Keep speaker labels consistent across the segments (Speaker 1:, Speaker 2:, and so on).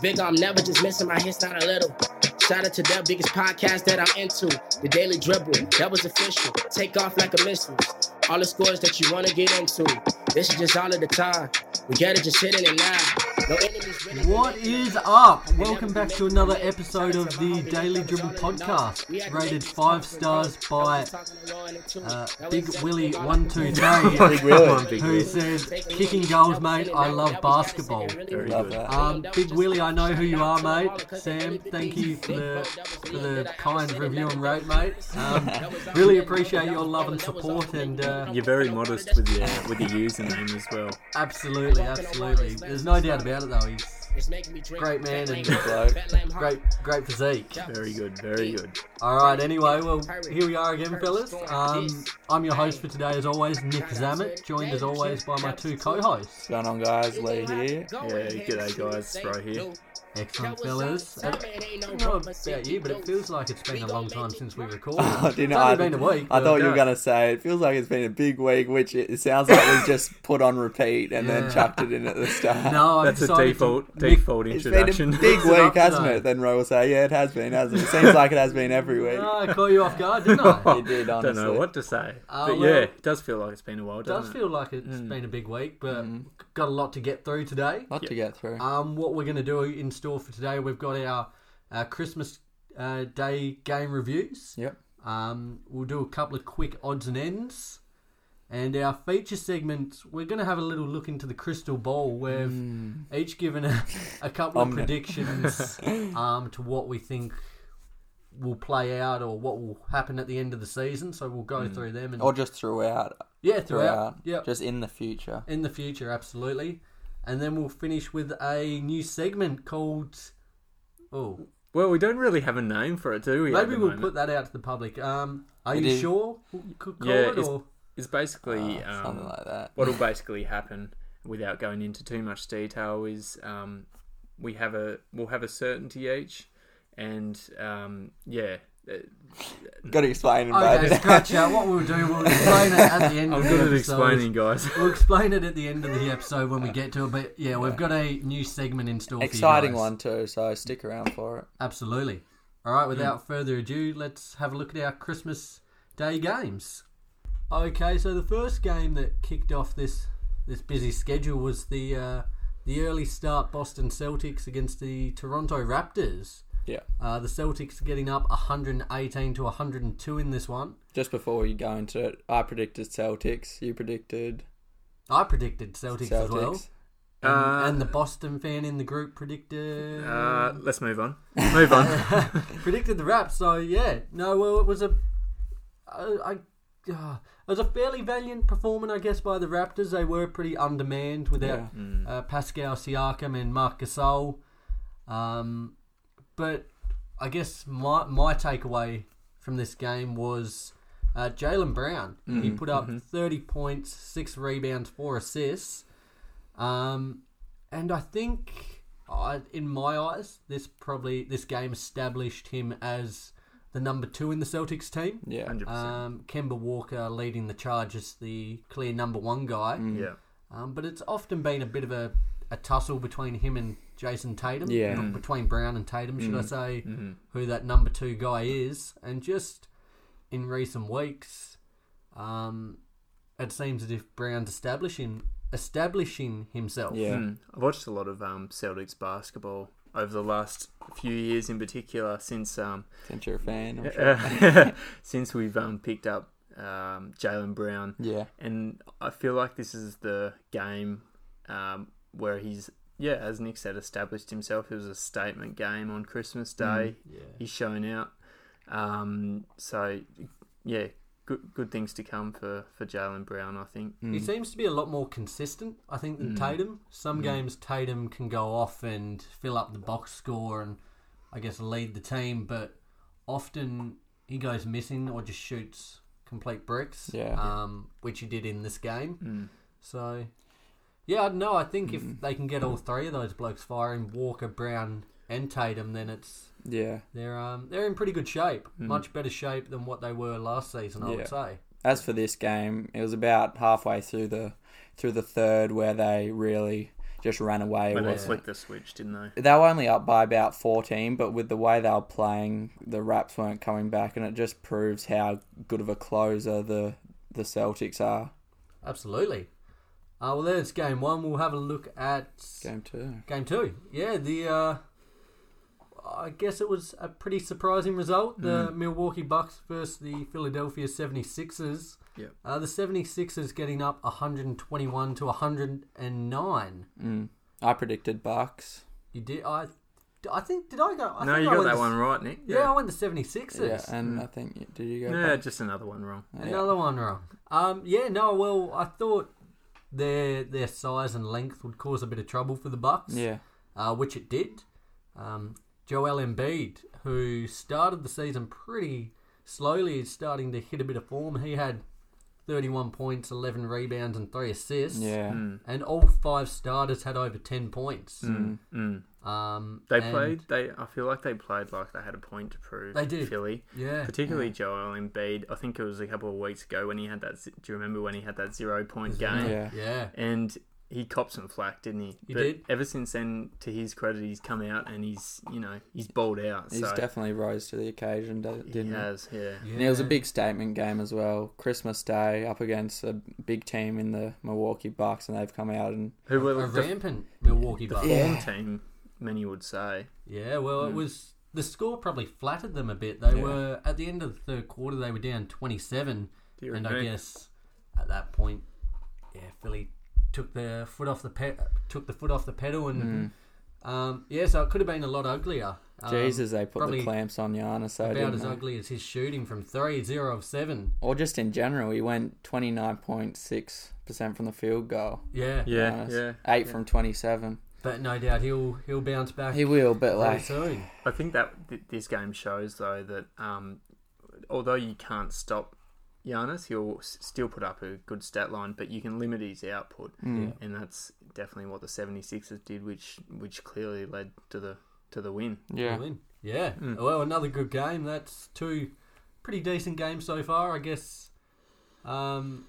Speaker 1: bigger, I'm never just missing my hits, not a little. Shout out to the biggest podcast that I'm into. The Daily Dribble, that was official. Take off like a missile. All the scores that you wanna get into. This is just all of the time. We gotta just hit it and now. No enemies really-
Speaker 2: What is up? Welcome back to another episode of the Daily Dribble Podcast, rated five stars by uh, Big Willy One Two Three,
Speaker 3: Big Willie.
Speaker 2: who says, "Kicking goals, mate. I love basketball."
Speaker 3: Love that.
Speaker 2: Um, Big Willy, I know who you are, mate. Sam, thank you for the, for the kind review and rate, mate. Um, really appreciate your love and support, and uh,
Speaker 3: You're very modest with your with your username as well.
Speaker 2: absolutely, absolutely. There's no doubt about it, though. He's great man and great, great physique.
Speaker 3: Very good, very good.
Speaker 2: All right. Anyway, well, here we are again, fellas. Um, I'm your host for today, as always, Nick Zammit, joined as always by my two co-hosts.
Speaker 4: going on, guys? Lee here.
Speaker 1: Yeah,
Speaker 3: g'day, guys. Right here.
Speaker 2: Excellent, Hmm, fellas. Uh, I don't know about you, but it feels like it's been a long time since we recorded.
Speaker 4: I didn't.
Speaker 2: it's
Speaker 4: I,
Speaker 2: only been a week.
Speaker 4: I
Speaker 2: but-
Speaker 4: thought you were going to say it feels like it's been a big week, which it, it sounds like we just put on repeat and
Speaker 2: Yeah.
Speaker 4: then chucked it in at the start.
Speaker 2: No, I've
Speaker 3: That's a
Speaker 2: decided to-
Speaker 3: default
Speaker 2: Nick-
Speaker 3: default
Speaker 4: it's been a
Speaker 3: introduction.
Speaker 4: big
Speaker 2: it up
Speaker 4: week, hasn't
Speaker 2: today.
Speaker 4: it? Then Roy will say, "Yeah, it has been, hasn't it? It seems like it has been every week."
Speaker 2: No, I caught you off guard, didn't I?
Speaker 4: You did,
Speaker 3: Don't know
Speaker 4: honestly.
Speaker 3: what to say,
Speaker 2: Uh,
Speaker 3: but
Speaker 2: well-
Speaker 3: yeah, it does feel like it's been a while.
Speaker 2: It does
Speaker 3: Doesn't it?
Speaker 2: feel like it's
Speaker 3: Mm.
Speaker 2: been a big week, but
Speaker 3: Mm-hmm.
Speaker 2: got a lot to get through today.
Speaker 4: Lot to get through.
Speaker 2: Um, what we're going to do in store for today, we've got our, our Christmas uh, Day game reviews.
Speaker 4: Yep.
Speaker 2: Um, we'll do a couple of quick odds and ends. And our feature segment, we're going to have a little look into the crystal ball. We've each given a, a couple of
Speaker 4: Hmm. Omni-
Speaker 2: predictions um, to what we think will play out or what will happen at the end of the season. So we'll go through them. and
Speaker 4: Or just throughout.
Speaker 2: Yeah, throughout.
Speaker 4: Hmm. Throughout.
Speaker 2: Yeah,
Speaker 4: Just in the future.
Speaker 2: in the future, absolutely. And then we'll finish with a new segment called. Oh,
Speaker 3: Well, we don't really have a name for it, do we? at
Speaker 2: maybe
Speaker 3: the
Speaker 2: we'll
Speaker 3: moment?
Speaker 2: put that out to the public. Um, are
Speaker 4: It
Speaker 2: you
Speaker 4: is-
Speaker 2: sure? we Could call
Speaker 3: Yeah,
Speaker 2: it
Speaker 3: it's-
Speaker 2: or
Speaker 3: It's basically
Speaker 2: Ah,
Speaker 4: Uh,
Speaker 3: um,
Speaker 4: something like that.
Speaker 3: what'll basically happen without going into too much detail is um, we have a we'll have a certainty each, and um, yeah, uh,
Speaker 4: Got to explain it,
Speaker 2: okay,
Speaker 4: mate.
Speaker 2: scratch out what we'll do. We'll explain it at the end.
Speaker 3: I'm
Speaker 2: of
Speaker 3: good
Speaker 2: the
Speaker 3: at
Speaker 2: episode.
Speaker 3: explaining, guys.
Speaker 2: We'll explain it at the end of the episode when we get to it. But yeah, we've got a new segment in store. for
Speaker 4: Exciting
Speaker 2: you guys.
Speaker 4: one too. So stick around for it.
Speaker 2: Absolutely. All right,
Speaker 3: Hmm.
Speaker 2: without further ado, let's have a look at our Christmas Day games. Okay, so the first game that kicked off this this busy schedule was the uh, the early start Boston Celtics against the Toronto Raptors.
Speaker 4: Yeah.
Speaker 2: Uh, the Celtics getting up 118 to 102 in this one.
Speaker 4: Just before we go into it, I predicted Celtics. You predicted
Speaker 2: I predicted Celtics,
Speaker 4: Celtics.
Speaker 2: as well, and,
Speaker 3: Uh,
Speaker 2: and the Boston fan in the group predicted
Speaker 3: Uh, let's move on. Move on.
Speaker 2: predicted the rap. So yeah, no, well, it was a, I, I uh, it was a fairly valiant performance, I guess, by the Raptors. They were pretty undermanned without uh, Pascal Siakam and Marc Gasol. Um, but I guess my my takeaway from this game was uh, Jalen Brown. he put up thirty points, six rebounds, four assists. Um, and I think, I, in my eyes, this probably this game established him as the number two in the Celtics team.
Speaker 4: Yeah.
Speaker 3: 100%.
Speaker 2: Um, Kemba Walker leading the charge as the clear number one guy.
Speaker 4: Mm.
Speaker 3: yeah.
Speaker 2: Um, but it's often been a bit of a, a tussle between him and Jason Tatum.
Speaker 4: Yeah. Mm.
Speaker 2: Or Between Brown and Tatum, should I say, who that number two guy is. And just in recent weeks, um, it seems as if Brown's establishing establishing himself.
Speaker 4: Yeah.
Speaker 3: Mm. I've watched a lot of um, Celtics basketball over the last few years, in particular, since um,
Speaker 4: Since you're a fan, I'm sure.
Speaker 3: uh, since we've um, picked up um, Jalen Brown,
Speaker 4: Yeah.
Speaker 3: and I feel like this is the game um, where he's yeah, as Nick said, established himself. It was a statement game on Christmas Day. He's shown out. Um, so yeah, good good things to come for for Jalen Brown. I think.
Speaker 2: He
Speaker 4: Hmm.
Speaker 2: seems to be a lot more consistent, I think, than Tatum. Some games Tatum can go off and fill up the box score and I guess lead the team, but often he goes missing or just shoots complete bricks.
Speaker 4: Yeah. Hmm.
Speaker 2: Um, which he did in this game. So yeah, I don't know. I think if they can get all three of those blokes firing, Walker, Brown and Tatum, then it's
Speaker 4: Yeah.
Speaker 2: they're um they're in pretty good shape. Much better shape than what they were last season, I
Speaker 4: Hmm. Yeah.
Speaker 2: would say.
Speaker 4: As for this game, it was about halfway through the through the third where they really just ran away
Speaker 3: But they
Speaker 4: with.
Speaker 3: flicked the switch, didn't they?
Speaker 4: They were only up by about 14, but with the way they were playing, the Raps weren't coming back, and it just proves how good of a closer the the Celtics are.
Speaker 2: Absolutely. Uh, well, there's game one. We'll have a look at
Speaker 4: Game two.
Speaker 2: game two. Yeah, the uh, I guess it was a pretty surprising result. The
Speaker 3: Mm.
Speaker 2: Milwaukee Bucks versus the Philadelphia 76ers.
Speaker 3: Yep.
Speaker 2: Uh, the 76ers getting up 121 to 109.
Speaker 4: I predicted Bucks.
Speaker 2: You did I I think did I go I
Speaker 3: No,
Speaker 2: think
Speaker 3: you
Speaker 2: I
Speaker 3: got
Speaker 2: went
Speaker 3: that
Speaker 2: the-
Speaker 3: one right, Nick.
Speaker 2: Yeah, I went the 76ers.
Speaker 4: Yeah, and I think did you go?
Speaker 3: Yeah,
Speaker 4: Bucks?
Speaker 3: just another one wrong.
Speaker 2: Another one wrong. Um, yeah, no, well, I thought their their size and length would cause a bit of trouble for the Bucks.
Speaker 4: yeah.
Speaker 2: uh, which it did. Um, Joel Embiid, who started the season pretty slowly, is starting to hit a bit of form. He had 31 points, 11 rebounds, and three assists.
Speaker 4: Yeah.
Speaker 2: And all five starters had over 10 points.
Speaker 3: Mm.
Speaker 2: Um,
Speaker 3: They
Speaker 2: and-
Speaker 3: played. They. I feel like they played like they had a point to prove.
Speaker 2: They did.
Speaker 3: Philly,
Speaker 2: Yeah.
Speaker 3: particularly Joel Embiid. I think it was a couple of weeks ago when he had that. z- Do you remember when he had that zero point game?
Speaker 4: Yeah.
Speaker 2: Yeah.
Speaker 3: And he copped some flack, didn't he?
Speaker 2: He
Speaker 3: but
Speaker 2: did.
Speaker 3: Ever since then, to his credit, he's come out and he's you know he's balled out.
Speaker 4: He's
Speaker 3: so
Speaker 4: definitely rose to the occasion, d-
Speaker 3: he
Speaker 4: didn't he?
Speaker 3: has. Yeah.
Speaker 2: yeah.
Speaker 4: And it was a big statement game as well. Christmas Day up against a big team in the Milwaukee Bucks, and they've come out and
Speaker 3: Who
Speaker 2: A
Speaker 3: were the
Speaker 2: rampant Milwaukee Bucks. Yeah.
Speaker 3: form team? Many would say.
Speaker 2: well,
Speaker 3: Mm.
Speaker 2: it was. The score probably flattered them a bit. They
Speaker 4: Yeah.
Speaker 2: were. At the end of the third quarter, they were down 27.
Speaker 3: Do you
Speaker 2: and I
Speaker 3: agree?
Speaker 2: guess at that point, yeah, Philly took their foot off the pe- took the foot off the pedal, and um, yeah, so it could have been a lot uglier. Um,
Speaker 4: Hmm. Jesus, they put
Speaker 2: probably
Speaker 4: the clamps on Giannis. So
Speaker 2: about
Speaker 4: didn't
Speaker 2: as
Speaker 4: they?
Speaker 2: ugly as his shooting from three, zero of seven.
Speaker 4: or just in general, he went twenty nine point six percent from the field goal.
Speaker 2: Yeah,
Speaker 3: Yeah.
Speaker 4: Giannis.
Speaker 3: Yeah.
Speaker 4: eight from twenty seven.
Speaker 2: but no doubt he'll he'll bounce back
Speaker 4: He will, but
Speaker 2: very
Speaker 4: like,
Speaker 2: soon.
Speaker 3: I think that th- this game shows though that um, although you can't stop Giannis, he'll s- still put up a good stat line, but you can limit his output, and that's definitely what the 76ers did, which which clearly led to the to the win.
Speaker 4: yeah, Hmm.
Speaker 2: Win. Yeah. Well, another good game. That's two pretty decent games so far, I guess. Um,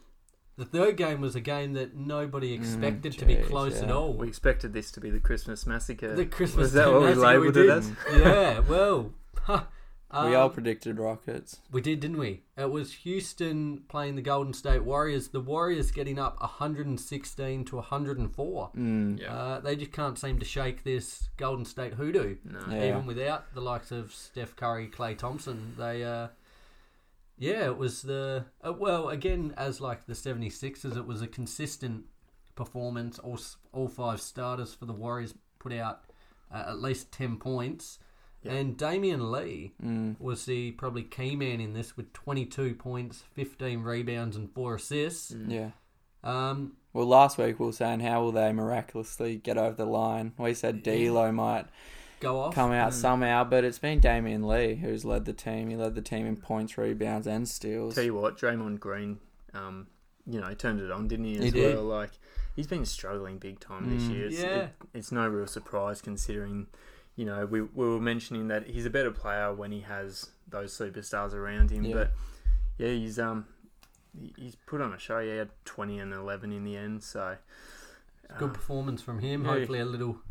Speaker 2: the third game was a game that nobody expected to be
Speaker 4: geez,
Speaker 2: close at
Speaker 4: Hmm. yeah.
Speaker 2: all.
Speaker 3: We expected this to be the Christmas massacre.
Speaker 2: The Christmas
Speaker 3: was that what we
Speaker 2: massacre
Speaker 3: labelled
Speaker 2: did.
Speaker 3: it as?
Speaker 2: yeah, well, huh,
Speaker 4: we
Speaker 2: um,
Speaker 4: all predicted Rockets.
Speaker 2: we did, didn't we? It was Houston playing the Golden State Warriors. The Warriors getting up 116 to 104.
Speaker 3: Yeah.
Speaker 2: Uh, they just can't seem to shake this Golden State hoodoo.
Speaker 4: Yeah.
Speaker 2: uh, Even without the likes of Steph Curry, Clay Thompson, they. Uh, yeah, it was the uh, well again as like the 76ers, it was a consistent performance. All s- all five starters for the Warriors put out uh, at least ten points, and Damian Lee
Speaker 4: Mm.
Speaker 2: was the probably key man in this with 22 points, 15 rebounds, and four assists.
Speaker 4: Yeah.
Speaker 2: Um,
Speaker 4: Well, last week we were saying how will they miraculously get over the line. We said D'Lo might
Speaker 2: go off.
Speaker 4: come out somehow, but it's been Damian Lee who's led the team. He led the team in points, rebounds, and steals.
Speaker 3: Tell you what, Draymond Green, um, you know, turned it on, didn't he? As
Speaker 4: did.
Speaker 3: well, like he's been struggling big time this year. It's,
Speaker 2: Yeah.
Speaker 3: it- it's no real surprise considering, you know, we, we were mentioning that he's a better player when he has those superstars around him.
Speaker 4: Yeah.
Speaker 3: But yeah, he's um, he- he's put on a show. He had twenty and eleven in the end. So
Speaker 2: good performance from him.
Speaker 3: yeah.
Speaker 2: Hopefully, a little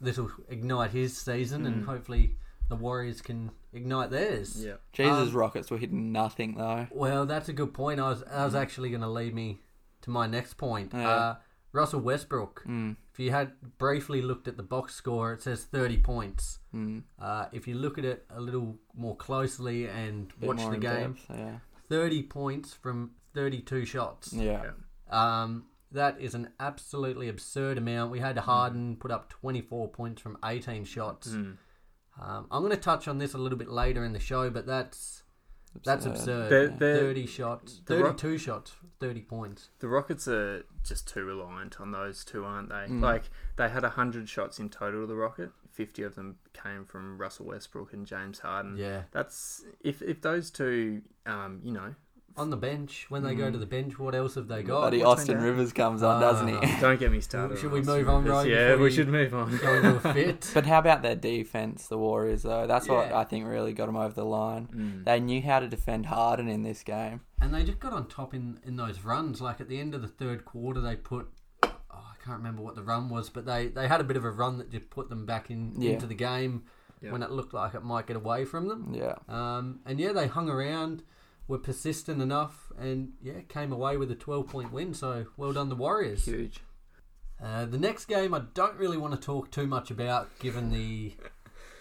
Speaker 2: little ignite his season,
Speaker 4: Mm.
Speaker 2: and hopefully the Warriors can ignite theirs.
Speaker 3: yeah,
Speaker 4: Jesus,
Speaker 2: Um,
Speaker 4: Rockets were hitting nothing though.
Speaker 2: Well, that's a good point. I was I was actually going to lead me to my next point.
Speaker 4: Yeah. Mm.
Speaker 2: Uh, Russell Westbrook. If you had briefly looked at the box score, it says thirty points.
Speaker 4: Mm.
Speaker 2: Uh, if you look at it a little more closely and
Speaker 4: Bit
Speaker 2: watch
Speaker 4: more
Speaker 2: the
Speaker 4: in
Speaker 2: game,
Speaker 4: depth, Yeah,
Speaker 2: thirty points from thirty-two shots.
Speaker 4: yeah,
Speaker 2: Um, that is an absolutely absurd amount. We had Harden put up 24 points from 18 shots. Um, I'm going to touch on this a little bit later in the show, but that's that's absurd.
Speaker 3: They're- they're-
Speaker 2: 30 shots,
Speaker 3: the Rock-
Speaker 2: 32 shots, 30 points.
Speaker 3: the Rockets are just too reliant on those two, aren't they?
Speaker 2: Mm.
Speaker 3: Like they had hundred shots in total. The Rocket, fifty of them came from Russell Westbrook and James Harden.
Speaker 2: Yeah,
Speaker 3: That's if if those two, um, you know,
Speaker 2: on the bench when they go to the bench, what else have they got?
Speaker 4: Buddy
Speaker 3: what's
Speaker 4: Austin
Speaker 3: been
Speaker 4: Rivers comes on, doesn't he?
Speaker 2: Ah.
Speaker 3: don't get me started.
Speaker 2: Should
Speaker 3: on
Speaker 2: we
Speaker 3: us.
Speaker 2: move on, Ryan?
Speaker 3: Yeah,
Speaker 2: before
Speaker 3: we should move on.
Speaker 2: Go into a fit.
Speaker 4: But how about their defense, the Warriors? Though that's what
Speaker 2: Yeah. Mm.
Speaker 4: I think really got them over the line. They knew how to defend Harden in this game.
Speaker 2: and they just got on top in in those runs. Like at the end of the third quarter, they put oh, I can't remember what the run was, but they, they had a bit of a run that just put them back in
Speaker 4: Yeah.
Speaker 2: into the game
Speaker 3: Yeah.
Speaker 2: when it looked like it might get away from them.
Speaker 4: Yeah.
Speaker 2: Um, and yeah, they hung around, were persistent enough, and yeah, came away with a 12 point win. So well done, the Warriors.
Speaker 3: Huge.
Speaker 2: Uh, the next game I don't really want to talk too much about given the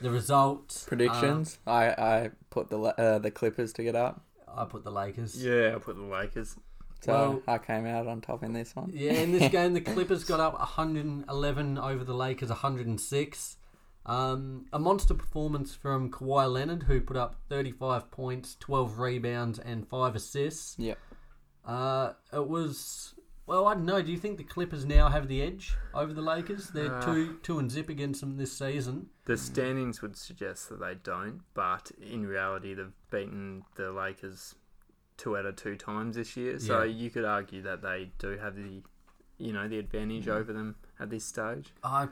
Speaker 2: the results.
Speaker 4: Predictions. Um, I, I put the La- uh, the Clippers to get up,
Speaker 2: Uh, I put the Lakers.
Speaker 3: Yeah, I put the Lakers.
Speaker 4: so I came out on top in this one.
Speaker 2: Yeah, in this game, the Clippers got up 111 over the Lakers 106. Um, a monster performance from Kawhi Leonard, who put up 35 points, 12 rebounds, and 5 assists.
Speaker 4: Yep.
Speaker 2: Uh, it was well, I don't know. Do you think the Clippers now have the edge over the Lakers? They're
Speaker 3: Uh,
Speaker 2: two two and zip against them this season.
Speaker 3: The standings would suggest that they don't, but in reality, they've beaten the Lakers two out of two times this year. So
Speaker 2: Yeah.
Speaker 3: you could argue that they do have the, you know, the advantage over them at this stage.
Speaker 2: I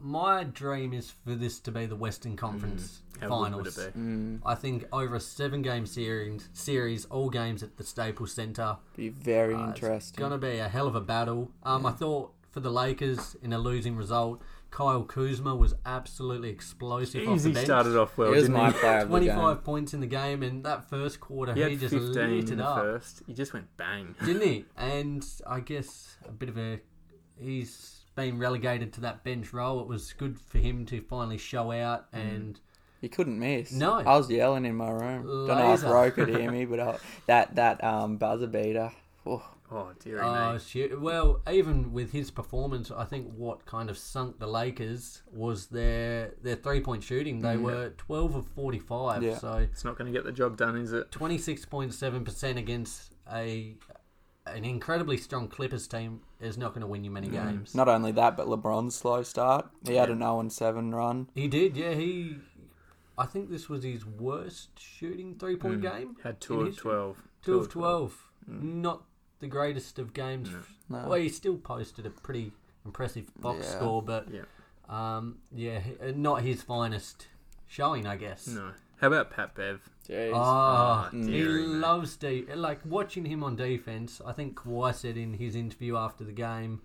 Speaker 2: my dream is for this to be the Western Conference
Speaker 3: Mm. How good
Speaker 2: Finals.
Speaker 3: would it be?
Speaker 2: I think over a seven game series, series all games at the Staples Center.
Speaker 4: Be very
Speaker 2: Uh, It's
Speaker 4: interesting.
Speaker 2: going to be a hell of a battle. Um, I thought for the Lakers in a losing result, Kyle Kuzma was absolutely explosive off the
Speaker 3: Easy
Speaker 2: bench.
Speaker 3: started off well,
Speaker 4: He was
Speaker 3: didn't
Speaker 4: my
Speaker 3: he?
Speaker 4: player of the game.
Speaker 2: 25 points in the game, and that first quarter,
Speaker 3: He
Speaker 2: he,
Speaker 3: had
Speaker 2: just
Speaker 3: 15
Speaker 2: lit
Speaker 3: in
Speaker 2: it
Speaker 3: the
Speaker 2: up,
Speaker 3: first. He just went bang.
Speaker 2: didn't he? And I guess a bit of a. He's been relegated to that bench role. It was good for him to finally show out
Speaker 3: Mm.
Speaker 2: and.
Speaker 4: You couldn't miss.
Speaker 2: No.
Speaker 4: I was yelling in my room. Don't know if
Speaker 2: Laser.
Speaker 4: Roe could hear me, but I, that that um, buzzer beater. Oh,
Speaker 3: Oh, dearie
Speaker 2: Oh,
Speaker 3: me.
Speaker 2: shoot. Well, even with his performance, I think what kind of sunk the Lakers was their their three point shooting. They were 12 of 45,
Speaker 4: Yeah.
Speaker 2: so
Speaker 3: It's not going to get the job done, is it?
Speaker 2: 26.7% against a an incredibly strong Clippers team is not going to win you many games.
Speaker 4: not only that, but LeBron's slow start. He had an 0 7 run.
Speaker 2: He did, yeah. He, I think this was his worst shooting three point game.
Speaker 3: Had
Speaker 2: in
Speaker 3: two of
Speaker 2: history.
Speaker 3: 12.
Speaker 2: Two of 12.
Speaker 3: Mm.
Speaker 2: Not the greatest of games. Well, he still posted a pretty impressive box
Speaker 4: Yeah.
Speaker 2: score, but
Speaker 3: Yeah.
Speaker 2: um, yeah, h- not his finest showing, I guess.
Speaker 3: No. How about Pat Bev?
Speaker 4: Jeez.
Speaker 2: Oh,
Speaker 3: Ah,
Speaker 2: he
Speaker 3: dearie me.
Speaker 2: loves de- like watching him on defense. I think Kawhi said in his interview after the game,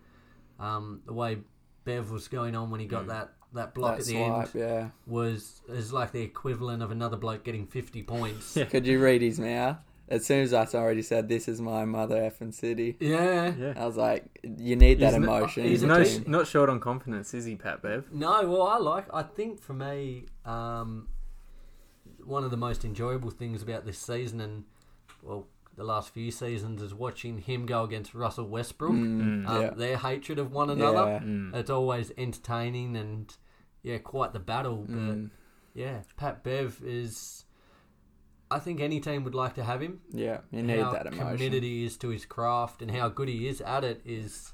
Speaker 2: um, the way Bev was going on when he
Speaker 3: Mm.
Speaker 2: got that, that block
Speaker 4: that
Speaker 2: at the end
Speaker 4: swipe, yeah.
Speaker 2: was is like the equivalent of another bloke getting fifty points. yeah.
Speaker 4: Could you read his mouth? As soon as I already said, "This is my mother effing city,"
Speaker 3: Yeah.
Speaker 4: I was like, "You need that
Speaker 3: He's no-
Speaker 4: emotion."
Speaker 2: he's
Speaker 4: in
Speaker 2: a
Speaker 4: your
Speaker 3: No,
Speaker 4: team.
Speaker 3: not short on confidence, is he, Pat Bev?
Speaker 2: No, well, I like. I think for me, um, one of the most enjoyable things about this season and well, the last few seasons is watching him go against Russell Westbrook. um,
Speaker 4: Mm, yeah.
Speaker 2: Their hatred of one another.
Speaker 4: Yeah.
Speaker 2: It's always entertaining and yeah, quite the battle. But
Speaker 4: Mm.
Speaker 2: yeah, Pat Bev is. I think any team would like to have him.
Speaker 4: yeah, you need
Speaker 2: how
Speaker 4: that emotion.
Speaker 2: committed he is to his craft and how good he is at it is,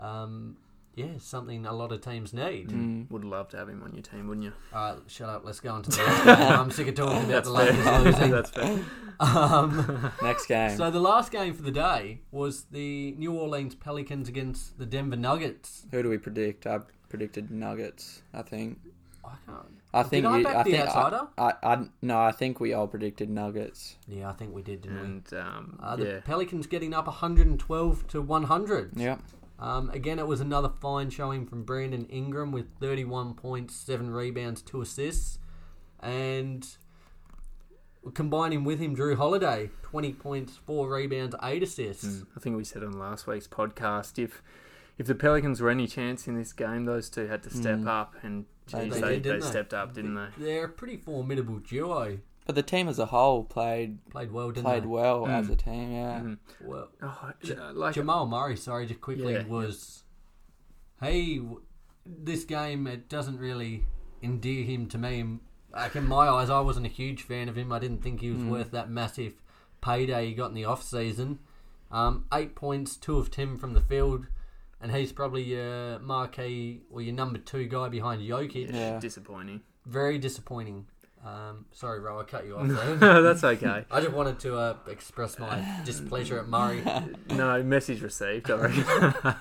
Speaker 2: um, yeah, something a lot of teams need.
Speaker 4: Mm.
Speaker 3: Would love to have him on your team, wouldn't you?
Speaker 2: All right, Uh, shut up. Let's go on to the last game. I'm sick of talking about the Lakers losing.
Speaker 3: That's fair.
Speaker 2: Um,
Speaker 4: Next game.
Speaker 2: so the last game for the day was the New Orleans Pelicans against the Denver Nuggets.
Speaker 4: Who do we predict? I predicted Nuggets. I think.
Speaker 2: I can't.
Speaker 4: I think.
Speaker 2: I
Speaker 4: you,
Speaker 2: back
Speaker 4: I
Speaker 2: the
Speaker 4: think.
Speaker 2: outsider?
Speaker 4: I, I, I. No, I think we all predicted Nuggets.
Speaker 2: Yeah, I think we did, didn't we?
Speaker 3: And um,
Speaker 2: Uh, the
Speaker 3: yeah,
Speaker 2: Pelicans getting up 112 to 100.
Speaker 4: Yeah.
Speaker 2: Um, again, it was another fine showing from Brandon Ingram with 31 points, 7 rebounds, 2 assists. And combining with him, Drew Holiday, 20 points, 4 rebounds, 8 assists.
Speaker 3: I think we said on last week's podcast if if the Pelicans were any chance in this game, those two had to step up, and
Speaker 4: They
Speaker 3: geez,
Speaker 4: did,
Speaker 3: they, they,
Speaker 2: didn't they?
Speaker 3: stepped up, didn't they?
Speaker 2: They're a pretty formidable duo.
Speaker 4: But the team as a whole played
Speaker 2: Played well, didn't
Speaker 4: played
Speaker 2: they?
Speaker 4: well as a team. Yeah.
Speaker 2: Well,
Speaker 3: Oh, uh, like
Speaker 2: Jamal Murray, sorry, just quickly
Speaker 3: Yeah.
Speaker 2: was, hey, w- this game it doesn't really endear him to me. And, Like in my eyes, I wasn't a huge fan of him. I didn't think he
Speaker 4: Mm.
Speaker 2: was worth that massive payday he got in the off season. Um, eight points, two of ten from the field, and he's probably your marquee or your number two guy behind Jokic.
Speaker 4: Yeah.
Speaker 3: disappointing.
Speaker 2: Very disappointing. Um, sorry, Ro, I cut you off. there.
Speaker 3: That's okay.
Speaker 2: I just wanted to uh, express my displeasure at Murray.
Speaker 3: No message received. I reckon.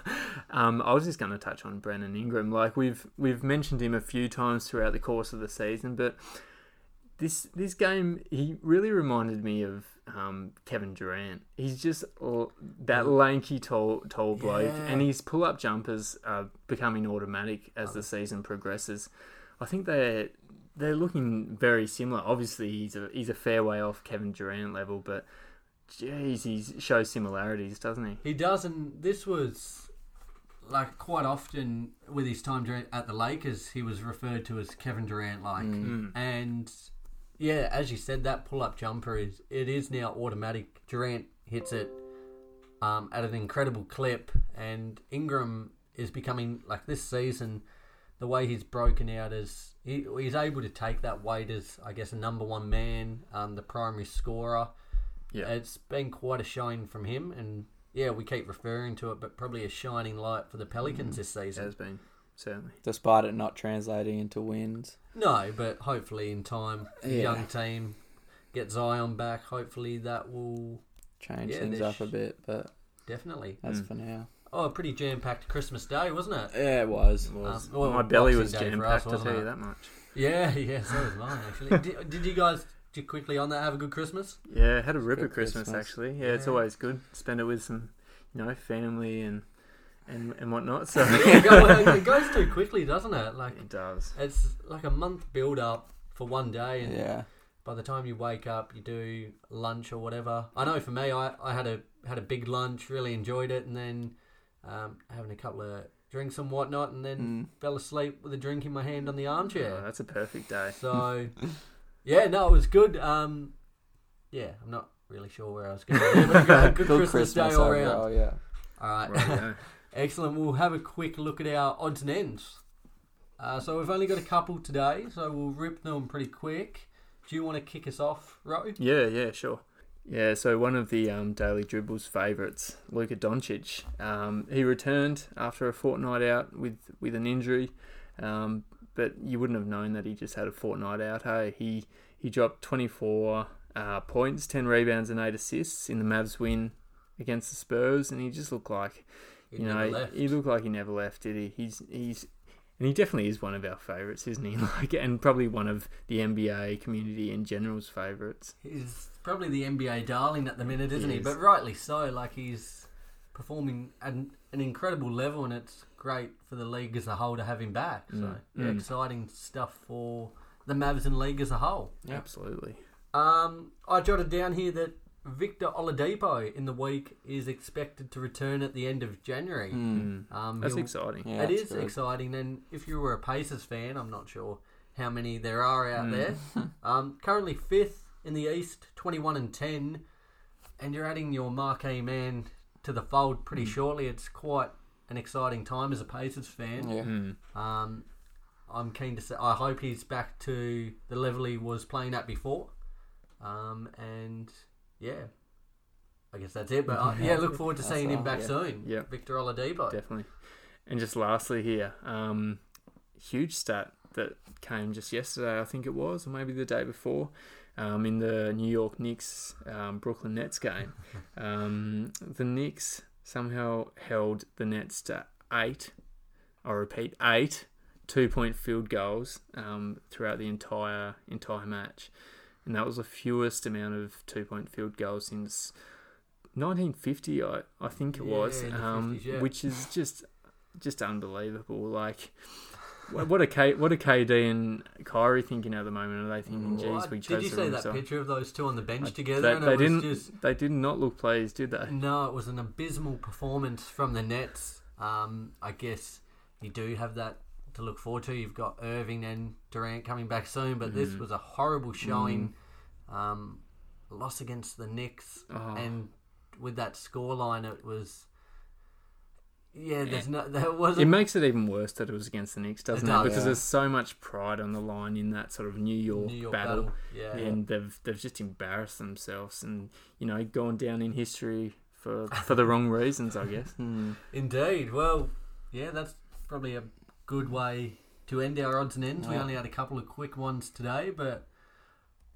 Speaker 3: um, I was just going to touch on Brennan Ingram. Like we've we've mentioned him a few times throughout the course of the season, but This this game, he really reminded me of um, Kevin Durant. He's just l- that lanky, tall, tall bloke,
Speaker 2: Yeah.
Speaker 3: and his pull-up jumpers are becoming automatic as the season progresses. I think they're they're looking very similar. Obviously, he's a he's a fair way off Kevin Durant level, but jeez, he shows similarities, doesn't he?
Speaker 2: He does, and this was like quite often with his time during, at the Lakers, he was referred to as Kevin Durant like, and yeah, as you said, that pull-up jumper is it is now automatic. Durant hits it um, at an incredible clip, and Ingram is becoming like this season. The way he's broken out is he, he's able to take that weight as I guess a number one man, um, the primary scorer.
Speaker 3: Yeah.
Speaker 2: It's been quite a shine from him, and yeah, we keep referring to it, but probably a shining light for the Pelicans this season.
Speaker 3: Has been certainly.
Speaker 4: despite it not translating into wins.
Speaker 2: No, but hopefully in time, the
Speaker 4: Yeah.
Speaker 2: young team get Zion back. Hopefully that will
Speaker 4: Change
Speaker 2: Yeah,
Speaker 4: things
Speaker 2: they
Speaker 4: up a
Speaker 2: sh-
Speaker 4: bit, but
Speaker 2: definitely.
Speaker 4: that's for now.
Speaker 2: Oh, a pretty jam-packed Christmas day, wasn't it?
Speaker 4: Yeah, it was.
Speaker 3: Was,
Speaker 2: Um, well,
Speaker 3: my belly
Speaker 2: Boxing
Speaker 3: was
Speaker 2: Day
Speaker 3: jam
Speaker 2: for us,
Speaker 3: packed. I tell
Speaker 2: wasn't
Speaker 3: you
Speaker 2: it?
Speaker 3: that much.
Speaker 2: Yeah, yeah, so was mine actually. did, did you guys did quickly on that have a good Christmas?
Speaker 3: Yeah, had a ripper
Speaker 4: good
Speaker 3: Christmas,
Speaker 4: Christmas.
Speaker 3: actually. Yeah, it's
Speaker 2: Yeah.
Speaker 3: always good. Spend it with some, you know, family and and and whatnot. So
Speaker 2: it go- it goes too quickly, doesn't it? Like
Speaker 3: it does.
Speaker 2: it's like a month build up for one day, and
Speaker 4: Yeah.
Speaker 2: by the time you wake up, you do lunch or whatever. I know for me, I, I had a had a big lunch, really enjoyed it, and then um, having a couple of drinks and whatnot, and then fell asleep with a drink in my hand on the
Speaker 3: Oh,
Speaker 2: armchair.
Speaker 3: that's a perfect day.
Speaker 2: So, yeah, no, it was good. Um, yeah, I'm not really sure where I was going. There, but good, good Christmas, day all round.
Speaker 4: overall, yeah.
Speaker 2: All right.
Speaker 3: Rightio.
Speaker 2: Excellent. We'll have a quick look at our odds and ends. Uh, so we've only got a couple today, so we'll rip them pretty quick. Do you want to kick us off, Ro?
Speaker 3: yeah, yeah, sure. Yeah, so one of the um, Daily Dribble's favourites, Luka Doncic, um, he returned after a fortnight out with, with an injury, um, but you wouldn't have known that he just had a fortnight out. Hey, he he dropped 24 uh, points, 10 rebounds, and eight assists in the Mavs win against the Spurs, and he just looked like
Speaker 2: He
Speaker 3: you
Speaker 2: never
Speaker 3: know,
Speaker 2: left.
Speaker 3: he looked like he never left, did he? He's he's and he definitely is one of our favourites, isn't he? Like, and probably one of the NBA community in general's favourites.
Speaker 2: He's probably the NBA darling at the minute, isn't he?
Speaker 3: is.
Speaker 2: But rightly so. Like he's performing at an, an incredible level, and it's great for the league as a whole to have him back. So yeah, exciting stuff for the Mavs and league as a whole.
Speaker 3: Absolutely.
Speaker 2: Um, I jotted down here that Victor Oladipo in the week is expected to return at the end of January. Um,
Speaker 3: That's
Speaker 2: he'll-
Speaker 3: exciting.
Speaker 4: Yeah,
Speaker 2: it
Speaker 4: that's
Speaker 2: is
Speaker 4: good.
Speaker 2: exciting, and if you were a Pacers fan, I'm not sure how many there are
Speaker 4: Hmm.
Speaker 2: out there. Um, currently fifth in the East, 21 and 10, and you're adding your marquee man to the fold pretty
Speaker 4: Hmm.
Speaker 2: shortly. It's quite an exciting time as a Pacers fan.
Speaker 4: Yeah.
Speaker 2: Um, I'm keen to say I hope he's back to the level he was playing at before. Um, and yeah, I guess that's it. But I, yeah, look forward to seeing him
Speaker 4: all,
Speaker 2: back
Speaker 4: yeah.
Speaker 2: soon.
Speaker 3: Yeah.
Speaker 2: Victor Oladipo.
Speaker 3: Definitely. And just lastly here, um, huge stat that came just yesterday, I think it was, or maybe the day before, um, in the New York Knicks um, Brooklyn Nets game. Um, the Knicks somehow held the Nets to eight, I repeat, eight two point field goals um, throughout the entire entire match. And that was the fewest amount of two point field goals since 1950, I, I think it
Speaker 2: Yeah,
Speaker 3: was,
Speaker 2: in the
Speaker 3: um,
Speaker 2: 50s, yeah.
Speaker 3: which is just just unbelievable. Like, wha- what a K, what a KD and Kyrie thinking at the moment? Are they thinking,
Speaker 2: What?
Speaker 3: "Geez, we chose
Speaker 2: Did you
Speaker 3: the
Speaker 2: see
Speaker 3: wrong
Speaker 2: that
Speaker 3: side."
Speaker 2: picture of those two on the bench together?
Speaker 3: They,
Speaker 2: and
Speaker 3: they
Speaker 2: it
Speaker 3: didn't.
Speaker 2: was just
Speaker 3: They did not look pleased, did they?
Speaker 2: no, it was an abysmal performance from the Nets. Um, I guess you do have that to look forward to. You've got Irving and Durant coming back soon, but
Speaker 3: Mm.
Speaker 2: this was a horrible showing. Um, loss against the Knicks,
Speaker 3: Oh.
Speaker 2: and with that scoreline, it was. Yeah, there's no. There
Speaker 3: It
Speaker 2: wasn't.
Speaker 3: makes it even worse that it was against the Knicks, doesn't it?
Speaker 2: does.
Speaker 3: Because
Speaker 4: Yeah.
Speaker 3: there's so much pride on the line in that sort of New York,
Speaker 2: New York
Speaker 3: battle,
Speaker 2: battle, yeah.
Speaker 3: and they've they've just embarrassed themselves and you know gone down in history for for the wrong reasons, I guess.
Speaker 2: Indeed. Well, yeah, that's probably a good way to end our odds and ends. We only had a couple of quick ones today, but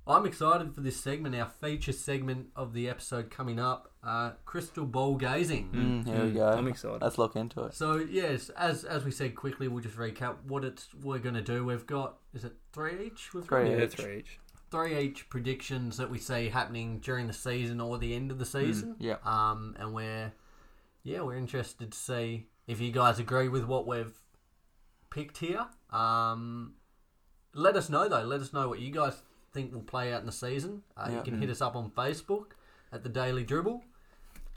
Speaker 2: I'm excited for this segment, our feature segment of the episode coming up uh, crystal ball gazing.
Speaker 4: Mm, Here we go.
Speaker 3: I'm excited.
Speaker 4: Let's look into it.
Speaker 2: So, yes, as as we said quickly, we'll just recap what it's we're going to do. We've got, is it three each? We've got
Speaker 4: Three
Speaker 3: Yeah,
Speaker 4: each.
Speaker 3: three each.
Speaker 2: three each predictions that we see happening during the season or the end of the season.
Speaker 4: yeah.
Speaker 2: Um, and we're yeah we're interested to see if you guys agree with what we've picked here. Um, let us know though. Let us know what you guys think will play out in the season. Uh, You
Speaker 4: Yeah.
Speaker 2: can hit us up on Facebook at the Daily Dribble,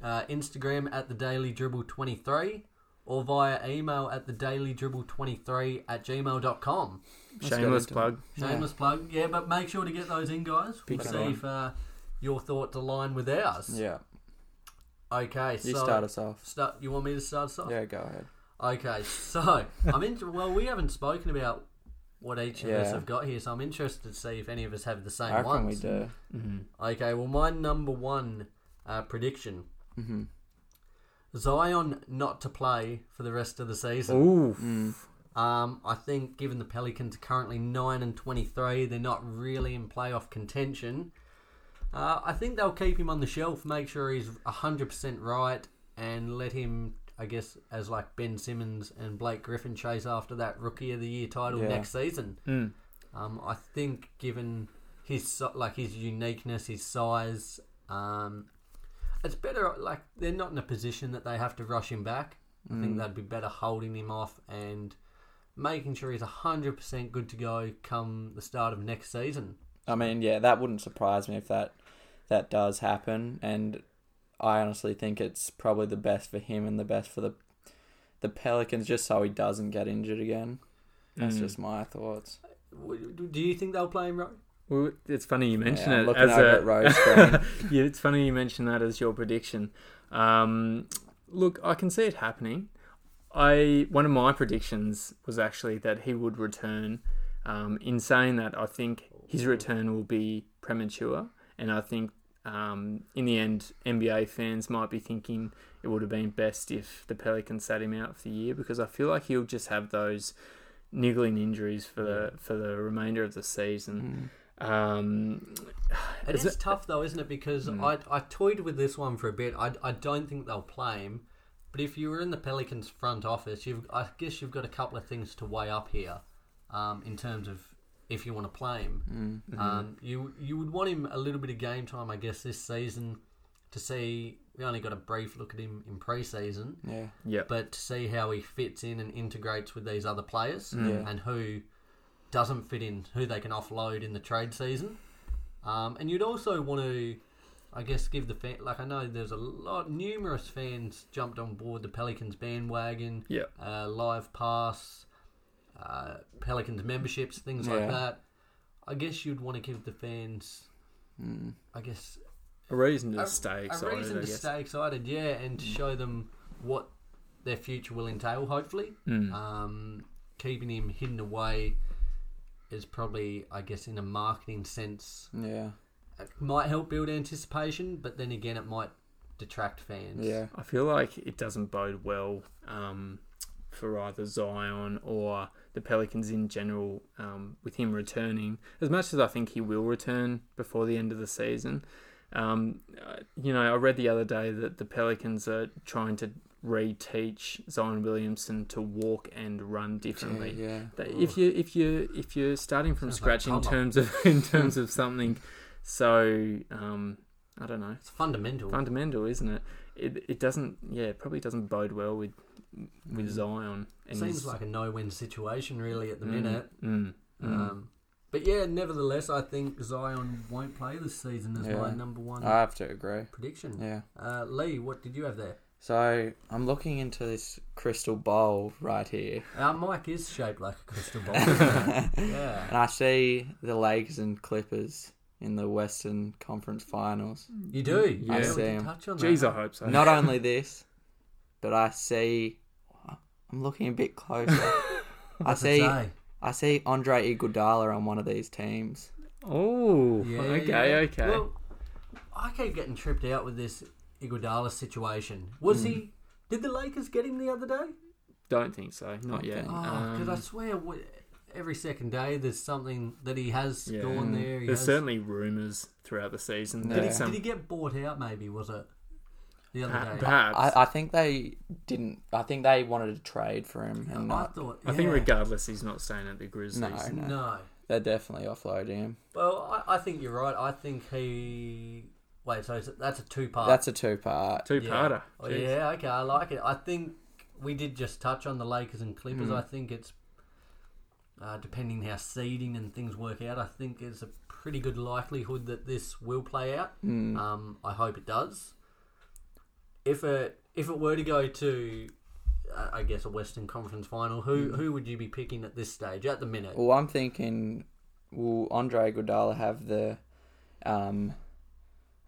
Speaker 2: uh, Instagram at the Daily Dribble twenty three. Or via email at the daily dribble 23 at gmail.com.
Speaker 3: Shameless
Speaker 4: into it.
Speaker 3: plug.
Speaker 2: Shameless plug. Yeah, but make sure to get those in, guys. We'll
Speaker 4: Big
Speaker 2: see
Speaker 4: time.
Speaker 2: if uh, your thoughts align with ours.
Speaker 4: Yeah.
Speaker 2: Okay,
Speaker 4: You
Speaker 2: so.
Speaker 4: start us off.
Speaker 2: Start, you want me to start us off?
Speaker 4: Yeah, go ahead.
Speaker 2: Okay, so. I'm in, Well, we haven't spoken about what each of us
Speaker 4: Yeah.
Speaker 2: have got here, so I'm interested to see if any of us have the same
Speaker 4: I reckon we
Speaker 2: ones.
Speaker 4: do.
Speaker 2: Okay, well, my number one uh, prediction
Speaker 4: Mm-hmm.
Speaker 2: Zion not to play for the rest of the season.
Speaker 3: Ooh,
Speaker 2: Um, I think given the Pelicans are currently nine and twenty-three, they're not really in playoff contention. Uh, I think they'll keep him on the shelf, make sure he's hundred percent right, and let him, I guess, as like Ben Simmons and Blake Griffin chase after that Rookie of the Year title
Speaker 4: Yeah.
Speaker 2: next season. Um, I think given his si- like his uniqueness, his size, um, it's better like they're not in a position that they have to rush him back. I think they'd be better holding him off and making sure he's 100% good to go come the start of next season.
Speaker 4: I mean, yeah, that wouldn't surprise me if that that does happen, and I honestly think it's probably the best for him and the best for the the Pelicans, just so he doesn't get injured again. That's
Speaker 3: Mm.
Speaker 4: just my thoughts.
Speaker 2: W- Do you think they'll play him right?
Speaker 3: Well, it's funny you mention
Speaker 4: Yeah, I'm
Speaker 3: it
Speaker 4: looking
Speaker 3: as
Speaker 4: over
Speaker 3: a.
Speaker 4: at Rose Green.
Speaker 3: yeah, it's funny you mention that as your prediction. Um, look, I can see it happening. I one of my predictions was actually that he would return. Um, in saying that, I think his return will be premature, and I think um, in the end, NBA fans might be thinking it would have been best if the Pelicans sat him out for the year because I feel like he'll just have those niggling injuries for the for the remainder of the season. Um,
Speaker 2: It Hmm. is tough though, isn't it? Because I, I toyed with this one for a bit. I, I don't think they'll play him, but if you were in the Pelicans front office, you've I guess you've got a couple of things to weigh up here, um, in terms of if you want to play him. Um, you you would want him a little bit of game time, I guess, this season to see. We only got a brief look at him in preseason.
Speaker 4: Yeah,
Speaker 3: yeah,
Speaker 2: but to see how he fits in and integrates with these other players
Speaker 4: Mm. Yeah.
Speaker 2: and who doesn't fit in, who they can offload in the trade season. Um, and you'd also want to, I guess, give the fan like I know there's a lot numerous fans jumped on board the Pelicans bandwagon,
Speaker 3: yeah.
Speaker 2: uh, live pass, uh, Pelicans memberships, things like
Speaker 4: Yeah.
Speaker 2: that. I guess you'd want to give the fans,
Speaker 4: Mm.
Speaker 2: I guess,
Speaker 3: A reason to
Speaker 2: a-
Speaker 3: stay
Speaker 2: A
Speaker 3: excited,
Speaker 2: reason
Speaker 3: I
Speaker 2: to
Speaker 3: guess. Mm.
Speaker 2: stay excited, yeah, and to show them what their future will entail. Hopefully,
Speaker 3: Mm.
Speaker 2: um, keeping him hidden away is probably, I guess, in a marketing sense,
Speaker 4: yeah,
Speaker 2: it might help build anticipation. But then again, it might detract fans.
Speaker 4: yeah.
Speaker 3: I feel like it doesn't bode well um, for either Zion or the Pelicans in general um, with him returning. As much as I think he will return before the end of the season, um, uh, you know, I read the other day that the Pelicans are trying to reteach Zion Williamson to walk and run differently.
Speaker 4: yeah.
Speaker 3: That if you if you if you're starting from
Speaker 2: Sounds like
Speaker 3: scratch in
Speaker 2: Palmer.
Speaker 3: terms of in terms of something so um, I don't know
Speaker 2: it's fundamental.
Speaker 3: fundamental, isn't it? It it doesn't. Yeah, it probably doesn't bode well with with Zion. And
Speaker 2: Mm. Seems
Speaker 3: his-
Speaker 2: like a no-win situation, really, at the
Speaker 3: Mm,
Speaker 2: minute.
Speaker 3: Mm, mm.
Speaker 2: Um, but yeah, nevertheless, I think Zion won't play this season as my
Speaker 4: Yeah.
Speaker 2: number one
Speaker 3: Uh,
Speaker 4: I have to agree.
Speaker 2: prediction.
Speaker 4: Yeah.
Speaker 2: Uh, Lee, what did you have there?
Speaker 4: So I'm looking into this crystal bowl right here,
Speaker 2: Our mic is shaped like a crystal ball. isn't it? yeah.
Speaker 4: and I see the Lakers and Clippers in the Western Conference Finals.
Speaker 2: You do.
Speaker 3: I
Speaker 2: Yeah, we
Speaker 4: see
Speaker 2: can
Speaker 4: 'em.
Speaker 2: touch on that.
Speaker 3: Jeez, I hope so.
Speaker 4: Not only this, but I see. I'm looking a bit closer. I
Speaker 2: What's it
Speaker 4: see.
Speaker 2: say?
Speaker 4: I see Andre Iguodala on one of these teams.
Speaker 3: Oh,
Speaker 2: Yeah,
Speaker 3: okay,
Speaker 2: yeah.
Speaker 3: okay.
Speaker 2: Well, I keep getting tripped out with this Iguodala situation. Was he? Did the Lakers get him the other day?
Speaker 3: Don't think so. Not yet.
Speaker 2: Oh,
Speaker 3: Um,
Speaker 2: because I swear, w- every second day there's something that he has
Speaker 3: Yeah.
Speaker 2: gone there. He
Speaker 3: there's
Speaker 2: has-
Speaker 3: certainly rumours throughout the season.
Speaker 2: Did
Speaker 3: That um,
Speaker 2: he,
Speaker 3: some,
Speaker 2: did he get bought out? Maybe was it the other
Speaker 3: perhaps.
Speaker 2: day?
Speaker 4: I, I think they didn't. I think they wanted to trade for him. And
Speaker 2: I
Speaker 4: not,
Speaker 2: thought.
Speaker 3: I think
Speaker 2: yeah.
Speaker 3: regardless, he's not staying at the Grizzlies.
Speaker 4: no, no.
Speaker 2: No.
Speaker 4: They're definitely offloading him.
Speaker 2: Well, I, I think you're right. I think he. Wait, so is it- that's a two part.
Speaker 4: That's a two part.
Speaker 3: Two
Speaker 2: yeah.
Speaker 3: parter.
Speaker 2: Oh, yeah, okay, I like it. I think we did just touch on the Lakers and
Speaker 4: Hmm.
Speaker 2: Clippers. I think it's uh, depending how seeding and things work out. I think there's a pretty good likelihood that this will play out.
Speaker 4: Hmm.
Speaker 2: Um, I hope it does. If it if it were to go to, uh, I guess a Western Conference final, who
Speaker 4: Hmm.
Speaker 2: who would you be picking at this stage at the minute?
Speaker 4: Well, I'm thinking, will Andre Iguodala have the, um,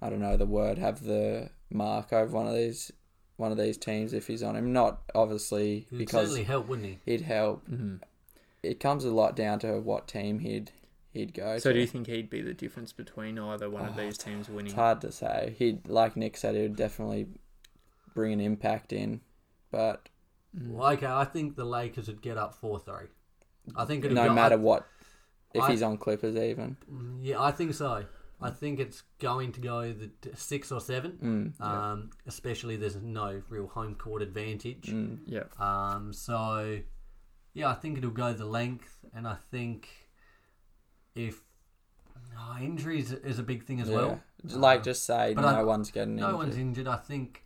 Speaker 4: I don't know the word, have the mark over one of these, one of these teams if he's on him? Not obviously
Speaker 2: He'd
Speaker 4: because
Speaker 2: Mm, certainly help, wouldn't he?
Speaker 4: he'd help.
Speaker 2: Mm-hmm.
Speaker 4: It comes a lot down to what team he'd he'd go.
Speaker 3: So
Speaker 4: to.
Speaker 3: do you think he'd be the difference between either one
Speaker 2: Oh,
Speaker 3: of these teams winning?
Speaker 4: It's hard to say. He'd like Nick said, he'd definitely bring an impact in, but
Speaker 2: Well, okay, I think the Lakers would get up four three. I think it'd
Speaker 4: no
Speaker 2: go,
Speaker 4: matter what, if
Speaker 2: I-
Speaker 4: he's on Clippers even.
Speaker 2: Yeah, I think so. I think it's going to go the t- six or
Speaker 4: Mm,
Speaker 2: seven. um, Especially there's no real home court advantage.
Speaker 4: Mm,
Speaker 3: Yeah.
Speaker 2: Um, so yeah, I think it'll go the length, and I think if oh, injuries is a big thing as well. uh,
Speaker 4: yeah. like just say
Speaker 2: but
Speaker 4: no
Speaker 2: I-
Speaker 4: one's getting
Speaker 2: No
Speaker 4: injured.
Speaker 2: one's injured. I think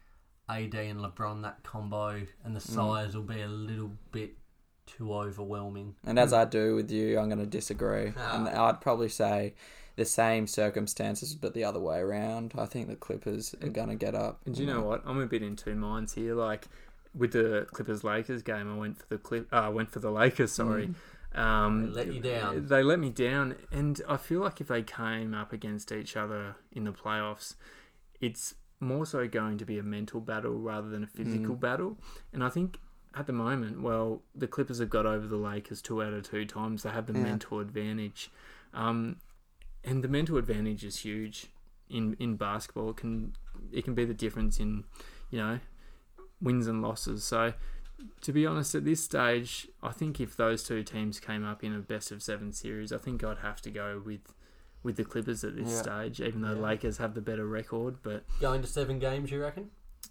Speaker 2: AD and LeBron that combo and the
Speaker 4: Mm.
Speaker 2: size will be a little bit too overwhelming.
Speaker 4: And as I do with you, I'm going to disagree. And I'd probably say the same circumstances, but the other way around. I think the Clippers
Speaker 2: Mm.
Speaker 4: are going to get up.
Speaker 3: And do you know what? I'm a bit in two minds here. Like with the Clippers Lakers game, I went for the Clip. Uh, I went for the Lakers. Sorry. Um,
Speaker 2: Let you down.
Speaker 3: They let me down, and I feel like if they came up against each other in the playoffs, it's more so going to be a mental battle rather than a physical battle. And I think at the moment, well, the Clippers have got over the Lakers two out of two times. They have the mental advantage, um, and the mental advantage is huge in in basketball. It can it can be the difference in you know wins and losses. So to be honest, at this stage, I think if those two teams came up in a best of seven series, I think I'd have to go with with the Clippers at this stage, even though Lakers have the better record. But
Speaker 2: Going to seven games, you reckon?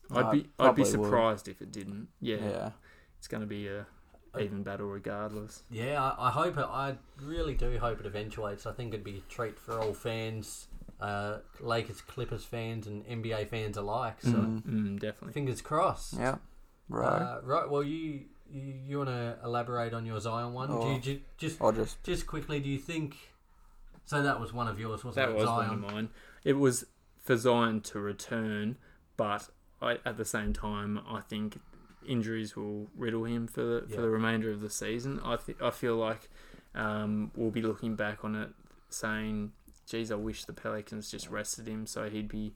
Speaker 3: I'd
Speaker 4: I
Speaker 3: be I'd
Speaker 4: probably
Speaker 3: be
Speaker 4: would.
Speaker 3: surprised if it didn't. Yeah,
Speaker 4: Yeah. Uh,
Speaker 3: it's going to be a even battle regardless.
Speaker 2: Yeah, I, I hope it. I really do hope it eventuates. I think it'd be a treat for all fans, uh, Lakers, Clippers fans, and NBA fans alike. So
Speaker 3: Mm, definitely.
Speaker 2: fingers crossed.
Speaker 4: Yeah. Right.
Speaker 2: Uh, right. Well, you you, you want to elaborate on your Zion one?
Speaker 4: Oh.
Speaker 2: Do you, ju- just
Speaker 4: or just
Speaker 2: just quickly? Do you think? So that was one of yours, wasn't
Speaker 3: That
Speaker 2: it?
Speaker 3: was
Speaker 2: Zion.
Speaker 3: one of mine. It was for Zion to return, but I, at the same time, I think injuries will riddle him for the, for
Speaker 2: Yeah.
Speaker 3: the remainder of the season. I th- I feel like um, we'll be looking back on it saying, "Geez, I wish the Pelicans just rested him so he'd be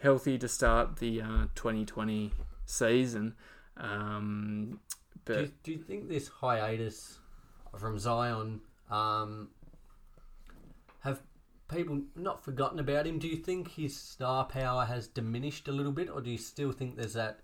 Speaker 3: healthy to start the uh, 2020 season." Um,
Speaker 2: Do
Speaker 3: but
Speaker 2: you, do you think this hiatus from Zion um, have people not forgotten about him? Do you think his star power has diminished a little bit, or do you still think there's that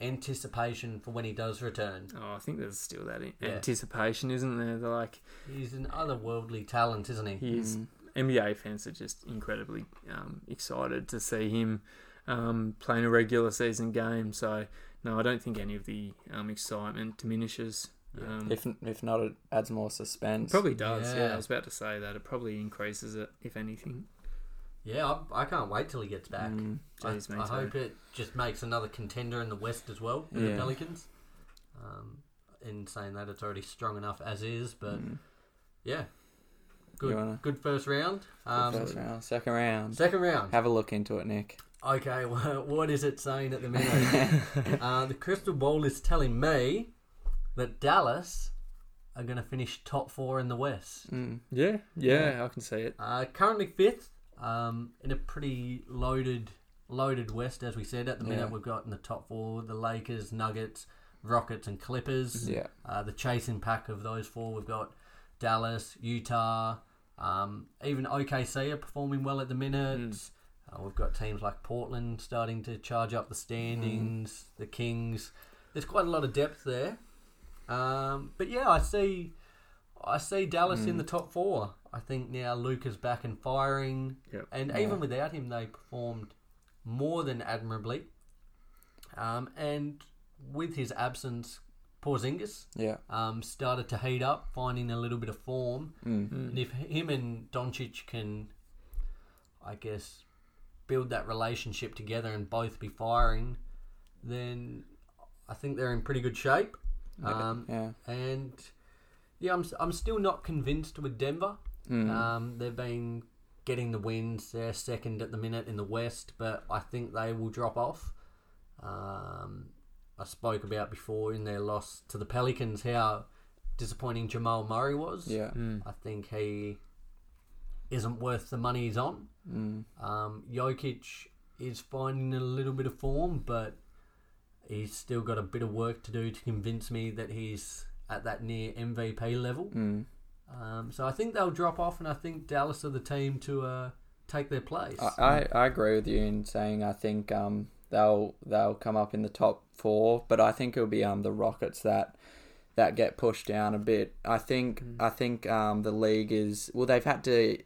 Speaker 2: anticipation for when he does return?
Speaker 3: oh, I think there's still that
Speaker 2: Yeah.
Speaker 3: anticipation, isn't there? They're like,
Speaker 2: He's an otherworldly talent, isn't he?
Speaker 3: He is. NBA fans are just incredibly um, excited to see him um, playing a regular season game. So, no, I don't think any of the um, excitement diminishes. Um,
Speaker 4: if if not, it adds more suspense.
Speaker 3: probably does. Yeah.
Speaker 2: Yeah.
Speaker 3: I was about to say that. It probably increases it, if anything.
Speaker 2: Yeah, I, I can't wait till he gets
Speaker 4: Mm.
Speaker 2: back. I,
Speaker 3: Jeez, me
Speaker 2: I
Speaker 3: too.
Speaker 2: hope it just makes another contender in the West as well, for the
Speaker 4: Yeah.
Speaker 2: Pelicans. Um, in saying that, it's already strong enough as is, but yeah, good,
Speaker 4: You wanna-
Speaker 2: good first round. Um,
Speaker 4: First round, second round.
Speaker 2: Second round.
Speaker 4: Have a look into it, Nick.
Speaker 2: Okay, well, what is it saying at the minute? uh, the crystal ball is telling me that Dallas are going to finish top four in the West.
Speaker 3: Yeah, yeah, I can see it.
Speaker 2: Uh, currently fifth, um, in a pretty loaded, loaded West, as we said. At the minute,
Speaker 4: Yeah.
Speaker 2: we've got in the top four the Lakers, Nuggets, Rockets, and Clippers.
Speaker 4: Yeah.
Speaker 2: Uh, the chasing pack of those four, we've got Dallas, Utah, um, even OKC are performing well at the minute. Uh, we've got teams like Portland starting to charge up the standings, the Kings. There's quite a lot of depth there. Um, but yeah, I see, I see Dallas in the top four. I think now Luca's back and firing,
Speaker 3: Yep.
Speaker 2: and even without him, they performed more than admirably. Um, and with his absence, Porzingis
Speaker 4: Yeah.
Speaker 2: um, started to heat up, finding a little bit of form.
Speaker 4: Mm.
Speaker 2: And if him and Doncic can, I guess, build that relationship together and both be firing, then I think they're in pretty good shape. Um,
Speaker 4: Yeah.
Speaker 2: and yeah, I'm I'm still not convinced with Denver. Um, they've been getting the wins. They're second at the minute in the West, but I think they will drop off. Um, I spoke about before in their loss to the Pelicans how disappointing Jamal Murray was.
Speaker 4: Yeah.
Speaker 2: I think he isn't worth the money he's on.
Speaker 3: Mm.
Speaker 2: Um, Jokic is finding a little bit of form, but he's still got a bit of work to do to convince me that he's at that near MVP level.
Speaker 3: Mm.
Speaker 2: Um, so I think they'll drop off, and I think Dallas are the team to uh, take their place.
Speaker 4: I, I I agree with you in saying I think um they'll they'll come up in the top four, but I think it'll be um the Rockets that that get pushed down a bit. I think
Speaker 2: Hmm.
Speaker 4: I think um the league is well they've had to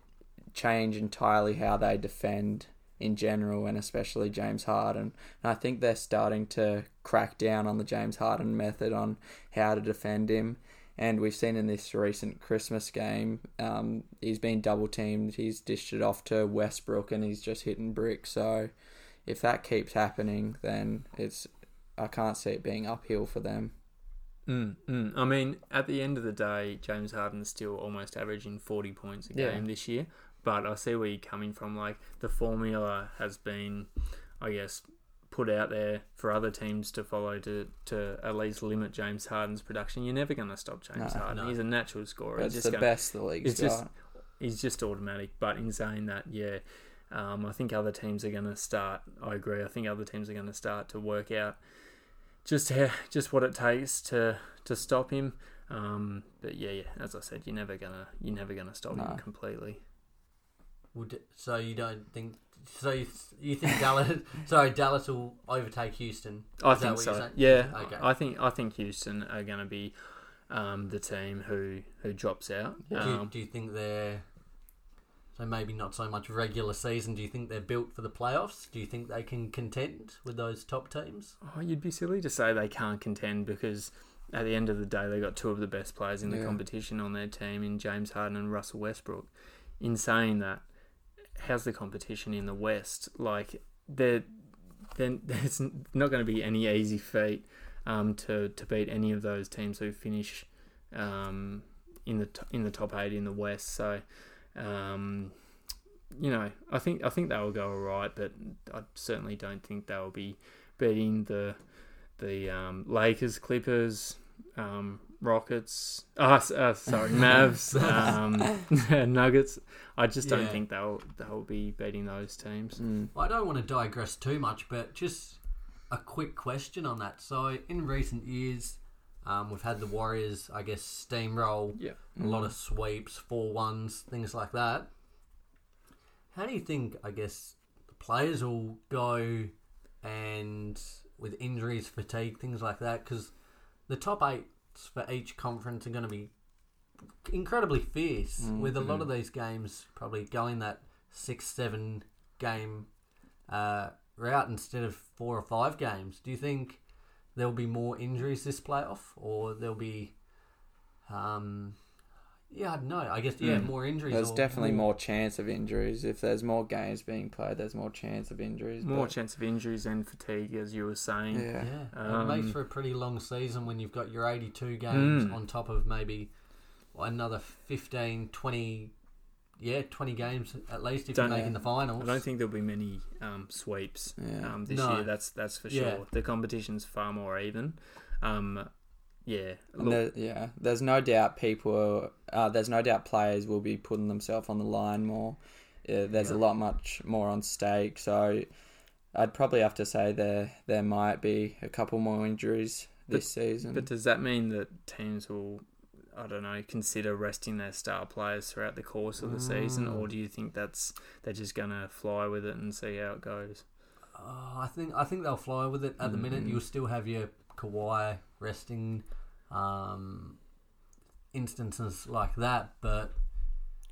Speaker 4: change entirely how they defend in general and especially James Harden. And I think they're starting to crack down on the James Harden method on how to defend him. And we've seen in this recent Christmas game, um, he's been double teamed. He's dished it off to Westbrook, and he's just hitting brick. So, if that keeps happening, then it's I can't see it being uphill for them.
Speaker 3: Mm, mm. I mean, at the end of the day, James Harden's still almost averaging 40 points a
Speaker 4: Yeah.
Speaker 3: game this year. But I see where you're coming from. Like, the formula has been, I guess, put out there for other teams to follow to, to at least limit James Harden's production. You're never going to stop James
Speaker 4: No.
Speaker 3: Harden.
Speaker 2: No.
Speaker 3: He's a natural scorer.
Speaker 4: That's
Speaker 3: He's
Speaker 4: the
Speaker 3: just gonna-
Speaker 4: best the league's
Speaker 3: it's just
Speaker 4: got.
Speaker 3: he's just automatic. But in saying that, yeah, um, I think other teams are going to start. I agree. I think other teams are going to start to work out just how, just what it takes to to stop him. Um, but yeah, yeah, as I said, you're never gonna you're never gonna stop
Speaker 4: No.
Speaker 3: him completely.
Speaker 2: Would, so you don't think? So you, you think Dallas? sorry, Dallas will overtake Houston?
Speaker 3: I
Speaker 2: Is that
Speaker 3: think
Speaker 2: what
Speaker 3: so.
Speaker 2: you're saying?
Speaker 3: Yeah,
Speaker 2: Okay.
Speaker 3: I think I think Houston are going to be um, the team who who drops out.
Speaker 2: Do you,
Speaker 3: Um,
Speaker 2: do you think they're so maybe not so much regular season? Do you think they're built for the playoffs? Do you think they can contend with those top teams?
Speaker 3: Oh, you'd be silly to say they can't contend because at the end of the day, they got two of the best players in the
Speaker 4: Yeah.
Speaker 3: competition on their team in James Harden and Russell Westbrook. In saying that, how's the competition in the West? Like, there, then there's not going to be any easy feat um, to to beat any of those teams who finish um, in the t- in the top eight in the West. So. Um, you know, I think I think they will go all right, but I certainly don't think they will be beating the the um, Lakers, Clippers, um, Rockets. Ah, s- uh, sorry, Mavs, um, Nuggets. I just don't
Speaker 2: Yeah.
Speaker 3: think they'll they'll be beating those teams.
Speaker 2: I don't want to digress too much, but just a quick question on that. So, in recent years, um, we've had the Warriors, I guess, steamroll
Speaker 3: Yeah.
Speaker 2: a lot of sweeps, four ones, things like that. How do you think, I guess, the players will go and with injuries, fatigue, things like that? Because the top eights for each conference are going to be incredibly fierce, with a lot of these games probably going that six, seven game uh, route instead of four or five games. Do you think there'll be more injuries this playoff, or there'll be, um, yeah, I don't know. I guess yeah, more injuries.
Speaker 4: There's
Speaker 2: or
Speaker 4: definitely more chance of injuries. If there's more games being played, there's more chance of injuries.
Speaker 3: More
Speaker 4: but-
Speaker 3: chance of injuries and fatigue, as you were saying.
Speaker 4: Yeah.
Speaker 2: Yeah,
Speaker 3: Um,
Speaker 2: it makes for a pretty long season when you've got your 82 games
Speaker 3: Mm.
Speaker 2: on top of maybe another 15, 20, yeah, 20 games at least if
Speaker 3: Don't-
Speaker 2: you're making the finals.
Speaker 3: I don't think there'll be many um, sweeps
Speaker 4: Yeah.
Speaker 3: um, this
Speaker 2: No.
Speaker 3: year. That's that's for
Speaker 2: Yeah.
Speaker 3: sure. The competition's far more even. Um, yeah,
Speaker 4: And
Speaker 3: look,
Speaker 4: there- yeah, there's no doubt people. Are, uh, there's no doubt players will be putting themselves on the line more. Uh, there's a lot much more on stake, so I'd probably have to say there there might be a couple more injuries this season.
Speaker 3: But does that mean that teams will, I don't know, consider resting their star players throughout the course of the season,
Speaker 4: Mm.
Speaker 3: or do you think that's they're just gonna fly with it and see how it goes?
Speaker 2: Oh, I think I think they'll fly with it. At the minute, you'll still have your Kawhi resting um, instances like that, but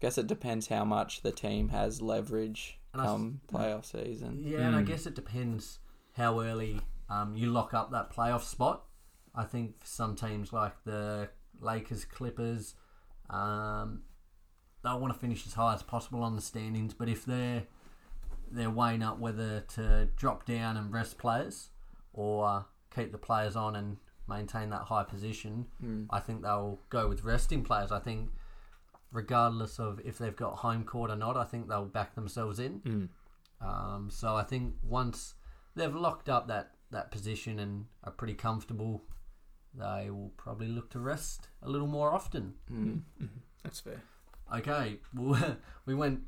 Speaker 4: guess it depends how much the team has leverage
Speaker 2: And I s-
Speaker 4: come playoff season.
Speaker 2: Yeah, and I guess it depends how early um, you lock up that playoff spot. I think for some teams like the Lakers, Clippers, um, they'll want to finish as high as possible on the standings. But if they're they're weighing up whether to drop down and rest players or keep the players on and maintain that high position,
Speaker 4: Mm.
Speaker 2: I think they'll go with resting players. I think, regardless of if they've got home court or not, I think they'll back themselves in.
Speaker 3: Mm.
Speaker 2: Um, so I think once they've locked up that, that position and are pretty comfortable, they will probably look to rest a little more often.
Speaker 4: Mm.
Speaker 3: That's fair.
Speaker 2: Okay, well, we went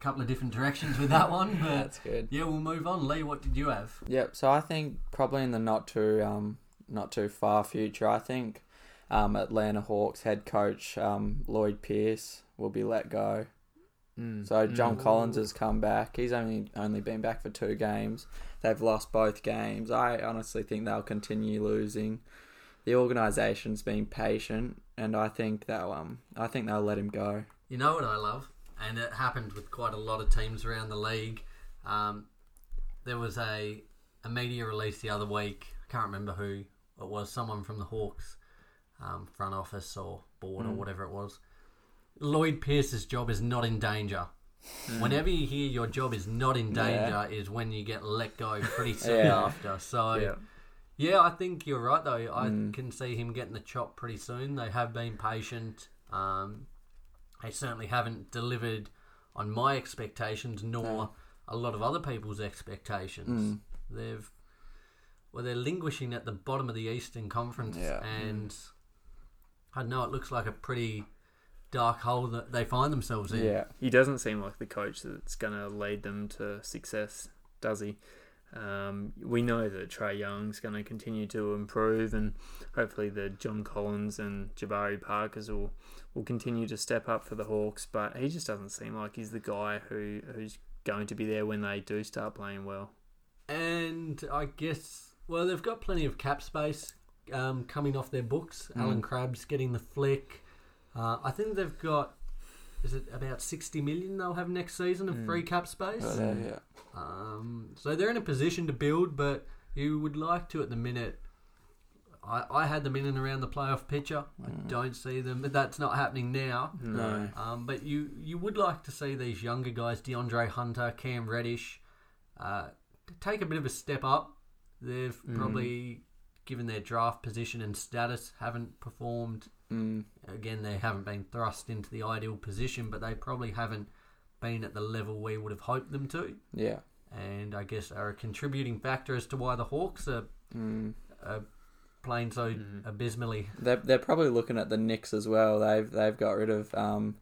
Speaker 2: a couple of different directions with that one, but
Speaker 4: That's good.
Speaker 2: yeah, we'll move on. Lee, what did you have?
Speaker 4: Yep. So I think probably in the not too um not too far future, I think um Atlanta Hawks head coach um Lloyd Pierce will be let go.
Speaker 3: Mm.
Speaker 4: So John
Speaker 2: Mm.
Speaker 4: Collins has come back. He's only only been back for two games. They've lost both games. I honestly think they'll continue losing. The organisation's been patient, and I think they'll um I think they'll let him go.
Speaker 2: You know what I love, and it happened with quite a lot of teams around the league. Um, there was a a media release the other week. I can't remember who it was. Someone from the Hawks um, front office or board
Speaker 4: Hmm.
Speaker 2: or whatever it was. Lloyd Pierce's job is not in danger. Whenever you hear your job is not in danger,
Speaker 4: Hmm. Yeah.
Speaker 2: is when you get let go pretty soon
Speaker 4: Yeah.
Speaker 2: after. So
Speaker 3: Yeah.
Speaker 2: yeah, I think you're right though. I
Speaker 4: Mm.
Speaker 2: can see him getting the chop pretty soon. They have been patient. Um, they certainly haven't delivered on my expectations, nor
Speaker 4: Mm.
Speaker 2: a lot of other people's expectations. They've well, they're languishing at the bottom of the Eastern Conference,
Speaker 4: Yeah.
Speaker 2: and I know it looks like a pretty dark hole that they find themselves in.
Speaker 4: Yeah.
Speaker 3: He doesn't seem like the coach that's going to lead them to success, does he? Um, we know that Trey Young's going to continue to improve, and hopefully the John Collins and Jabari Parkers will, will continue to step up for the Hawks. But he just doesn't seem like he's the guy who who's going to be there when they do start playing well.
Speaker 2: And I guess, well, they've got plenty of cap space um, coming off their books. Alan Krabs getting the flick. Uh, I think they've got, is it about 60 million they'll have next season of free cap space?
Speaker 4: But, uh, yeah.
Speaker 2: Um, so they're in a position to build, but you would like to at the minute. I, I had them in and around the playoff picture. I don't see them, but that's not happening now.
Speaker 4: Mm. No.
Speaker 2: Um, but you you would like to see these younger guys, DeAndre Hunter, Cam Reddish, uh, take a bit of a step up. They've
Speaker 4: Mm.
Speaker 2: probably, given their draft position and status, haven't performed.
Speaker 4: Mm.
Speaker 2: Again, they haven't been thrust into the ideal position, but they probably haven't been at the level we would have hoped them to.
Speaker 4: Yeah.
Speaker 2: And I guess are a contributing factor as to why the Hawks are,
Speaker 4: Mm.
Speaker 2: are playing so abysmally.
Speaker 4: They're, they're probably looking at the Knicks as well. They've they've got rid of um,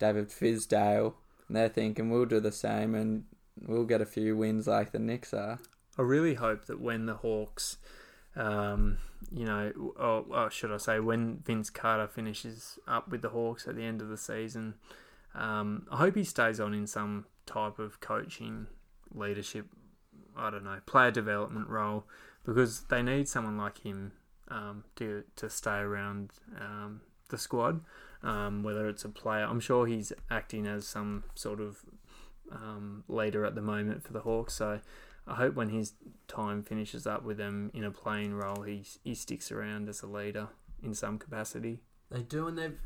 Speaker 4: David Fizdale, and they're thinking we'll do the same and we'll get a few wins like the Knicks are.
Speaker 3: I really hope that when the Hawks, um, you know, or, or should I say, when Vince Carter finishes up with the Hawks at the end of the season, um, I hope he stays on in some type of coaching, leadership, I don't know, player development role, because they need someone like him um, to to stay around um, the squad. Um, whether it's a player, I'm sure he's acting as some sort of um, leader at the moment for the Hawks. So I hope when his time finishes up with them in a playing role, he he sticks around as a leader in some capacity.
Speaker 2: They do, and they've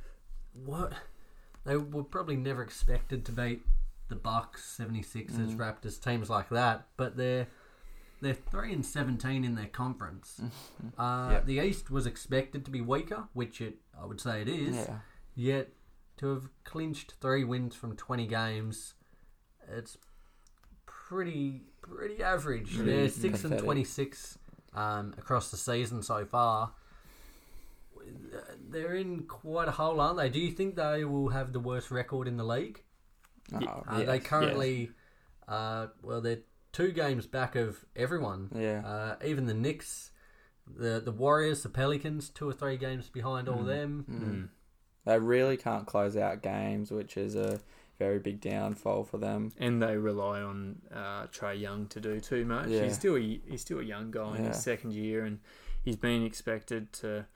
Speaker 2: what they were probably never expected to beat the Bucks, 76ers, Raptors, teams like that. But they're they're three and seventeen in their conference. Uh,
Speaker 3: Yep.
Speaker 2: The East was expected to be weaker, which it I would say it is.
Speaker 4: Yeah.
Speaker 2: Yet to have clinched three wins from twenty games, it's pretty pretty average.
Speaker 4: Pretty
Speaker 2: They're six and
Speaker 4: pathetic.
Speaker 2: twenty six um, across the season so far. They're in quite a hole, aren't they? Do you think they will have the worst record in the league?
Speaker 4: Oh,
Speaker 2: Uh,
Speaker 4: yeah.
Speaker 2: They currently, uh, well, they're two games back of everyone.
Speaker 4: Yeah.
Speaker 2: Uh, even the Knicks, the the Warriors, the Pelicans, two or three games behind
Speaker 4: Hmm.
Speaker 2: all them.
Speaker 3: Mm.
Speaker 4: They really can't close out games, which is a very big downfall for them.
Speaker 3: And they rely on uh, Trey Young to do too much.
Speaker 4: Yeah.
Speaker 3: He's still a, he's still a young guy in
Speaker 4: Yeah.
Speaker 3: his second year, and he's been expected to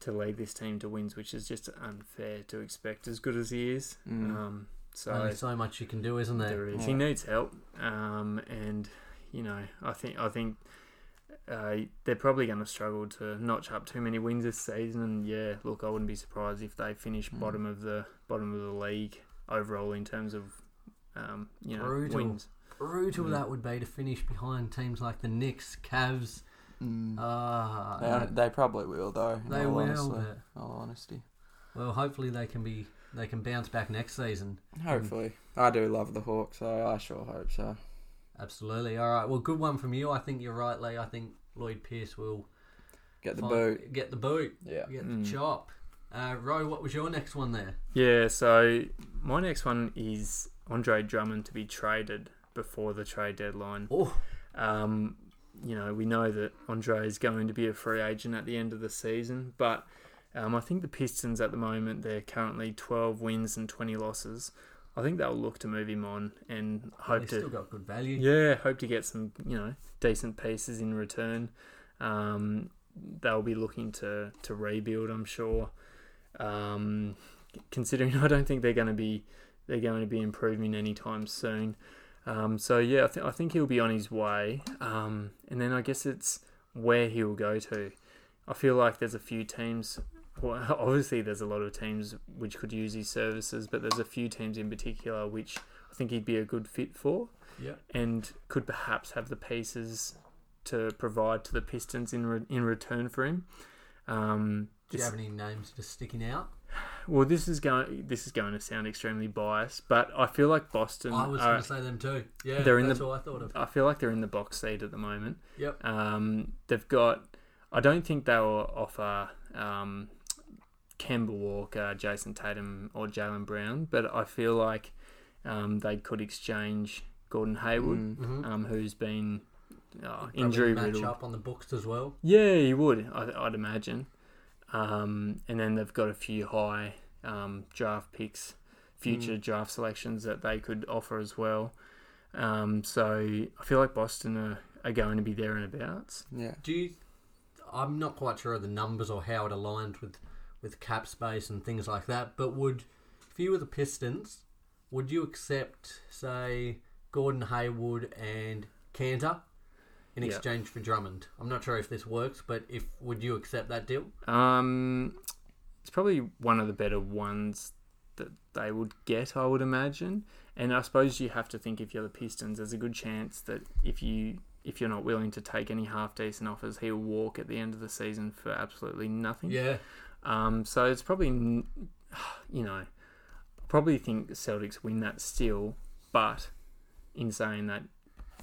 Speaker 3: to lead this team to wins, which is just unfair to expect as good as he is.
Speaker 4: Hmm. Mm.
Speaker 2: Uh,
Speaker 3: Um, so
Speaker 2: Only so much you can do, isn't there?
Speaker 3: There is. He needs help, um, and you know, I think I think uh, they're probably going to struggle to notch up too many wins this season. And yeah, look, I wouldn't be surprised if they
Speaker 2: Hmm.
Speaker 3: finish bottom of the bottom of the league overall in terms of um, you know
Speaker 2: Brutal.
Speaker 3: wins.
Speaker 2: Brutal that would be to finish behind teams like the Knicks, Cavs. Ah,
Speaker 4: Mm. They, don't- they probably will though. in
Speaker 2: They
Speaker 4: all
Speaker 2: will,
Speaker 4: honestly-
Speaker 2: but-
Speaker 4: all honesty.
Speaker 2: well, hopefully they can be they can bounce back next season.
Speaker 4: Hopefully, I do love the Hawks, so I sure hope so.
Speaker 2: Absolutely. All right. Well, good one from you. I think you're right, Lee. I think Lloyd Pierce will
Speaker 4: Get the
Speaker 2: fin-
Speaker 4: boot.
Speaker 2: Get the boot.
Speaker 4: Yeah.
Speaker 2: Get the
Speaker 3: Mm.
Speaker 2: chop. Uh, Roe, what was your next one there?
Speaker 3: Yeah, so my next one is Andre Drummond to be traded before the trade deadline.
Speaker 2: Oh,
Speaker 3: Um, you know, we know that Andre is going to be a free agent at the end of the season, but um, I think the Pistons at the moment they're currently 12 wins and 20 losses. I think they'll look to move him on and
Speaker 2: they
Speaker 3: hope
Speaker 2: still
Speaker 3: to
Speaker 2: got good value.
Speaker 3: yeah hope to get some you know decent pieces in return. Um, they'll be looking to to rebuild, I'm sure. Um, considering I don't think they're going to be they're going to be improving anytime soon. Um, so yeah, I, th- I think he'll be on his way. Um, and then I guess it's where he will go to. I feel like there's a few teams. Well, obviously, there's a lot of teams which could use his services, but there's a few teams in particular which I think he'd be a good fit for.
Speaker 2: Yeah.
Speaker 3: And could perhaps have the pieces to provide to the Pistons in re- in return for him. Um,
Speaker 2: Do you
Speaker 3: this-
Speaker 2: have any names just sticking out?
Speaker 3: well, this is going this is going to sound extremely biased, but I feel like Boston.
Speaker 2: I was
Speaker 3: are-
Speaker 2: going to say them too. Yeah,
Speaker 3: Um, They're in
Speaker 2: that's
Speaker 3: the-
Speaker 2: all I thought of.
Speaker 3: I feel like they're in the box seat at the moment.
Speaker 2: Yep.
Speaker 3: Um, they've got. I don't think they will offer um, Kemba Walker, Jason Tatum, or Jalen Brown, but I feel like um, they could exchange Gordon Hayward, um, who's been uh, injury
Speaker 2: Mm-hmm. match
Speaker 3: riddled.
Speaker 2: up on the books as well.
Speaker 3: Yeah, you would. I, I'd imagine. Um, and then they've got a few high um, draft picks, future draft selections that they could offer as well. Um, so I feel like Boston are, are going to be there and abouts.
Speaker 4: Yeah.
Speaker 2: Do you? I'm not quite sure of the numbers or how it aligned with with cap space and things like that. But would if you were the Pistons, would you accept say Gordon Haywood and Cantor in
Speaker 3: Yeah.
Speaker 2: exchange for Drummond? I'm not sure if this works, but if would you accept that deal?
Speaker 3: Um, it's probably one of the better ones that they would get, I would imagine. And I suppose you have to think if you're the Pistons, there's a good chance that if you if you're not willing to take any half decent offers, he'll walk at the end of the season for absolutely nothing.
Speaker 2: Yeah,
Speaker 3: Um, so it's probably, n- you know, probably think the Celtics win that still, but in saying that,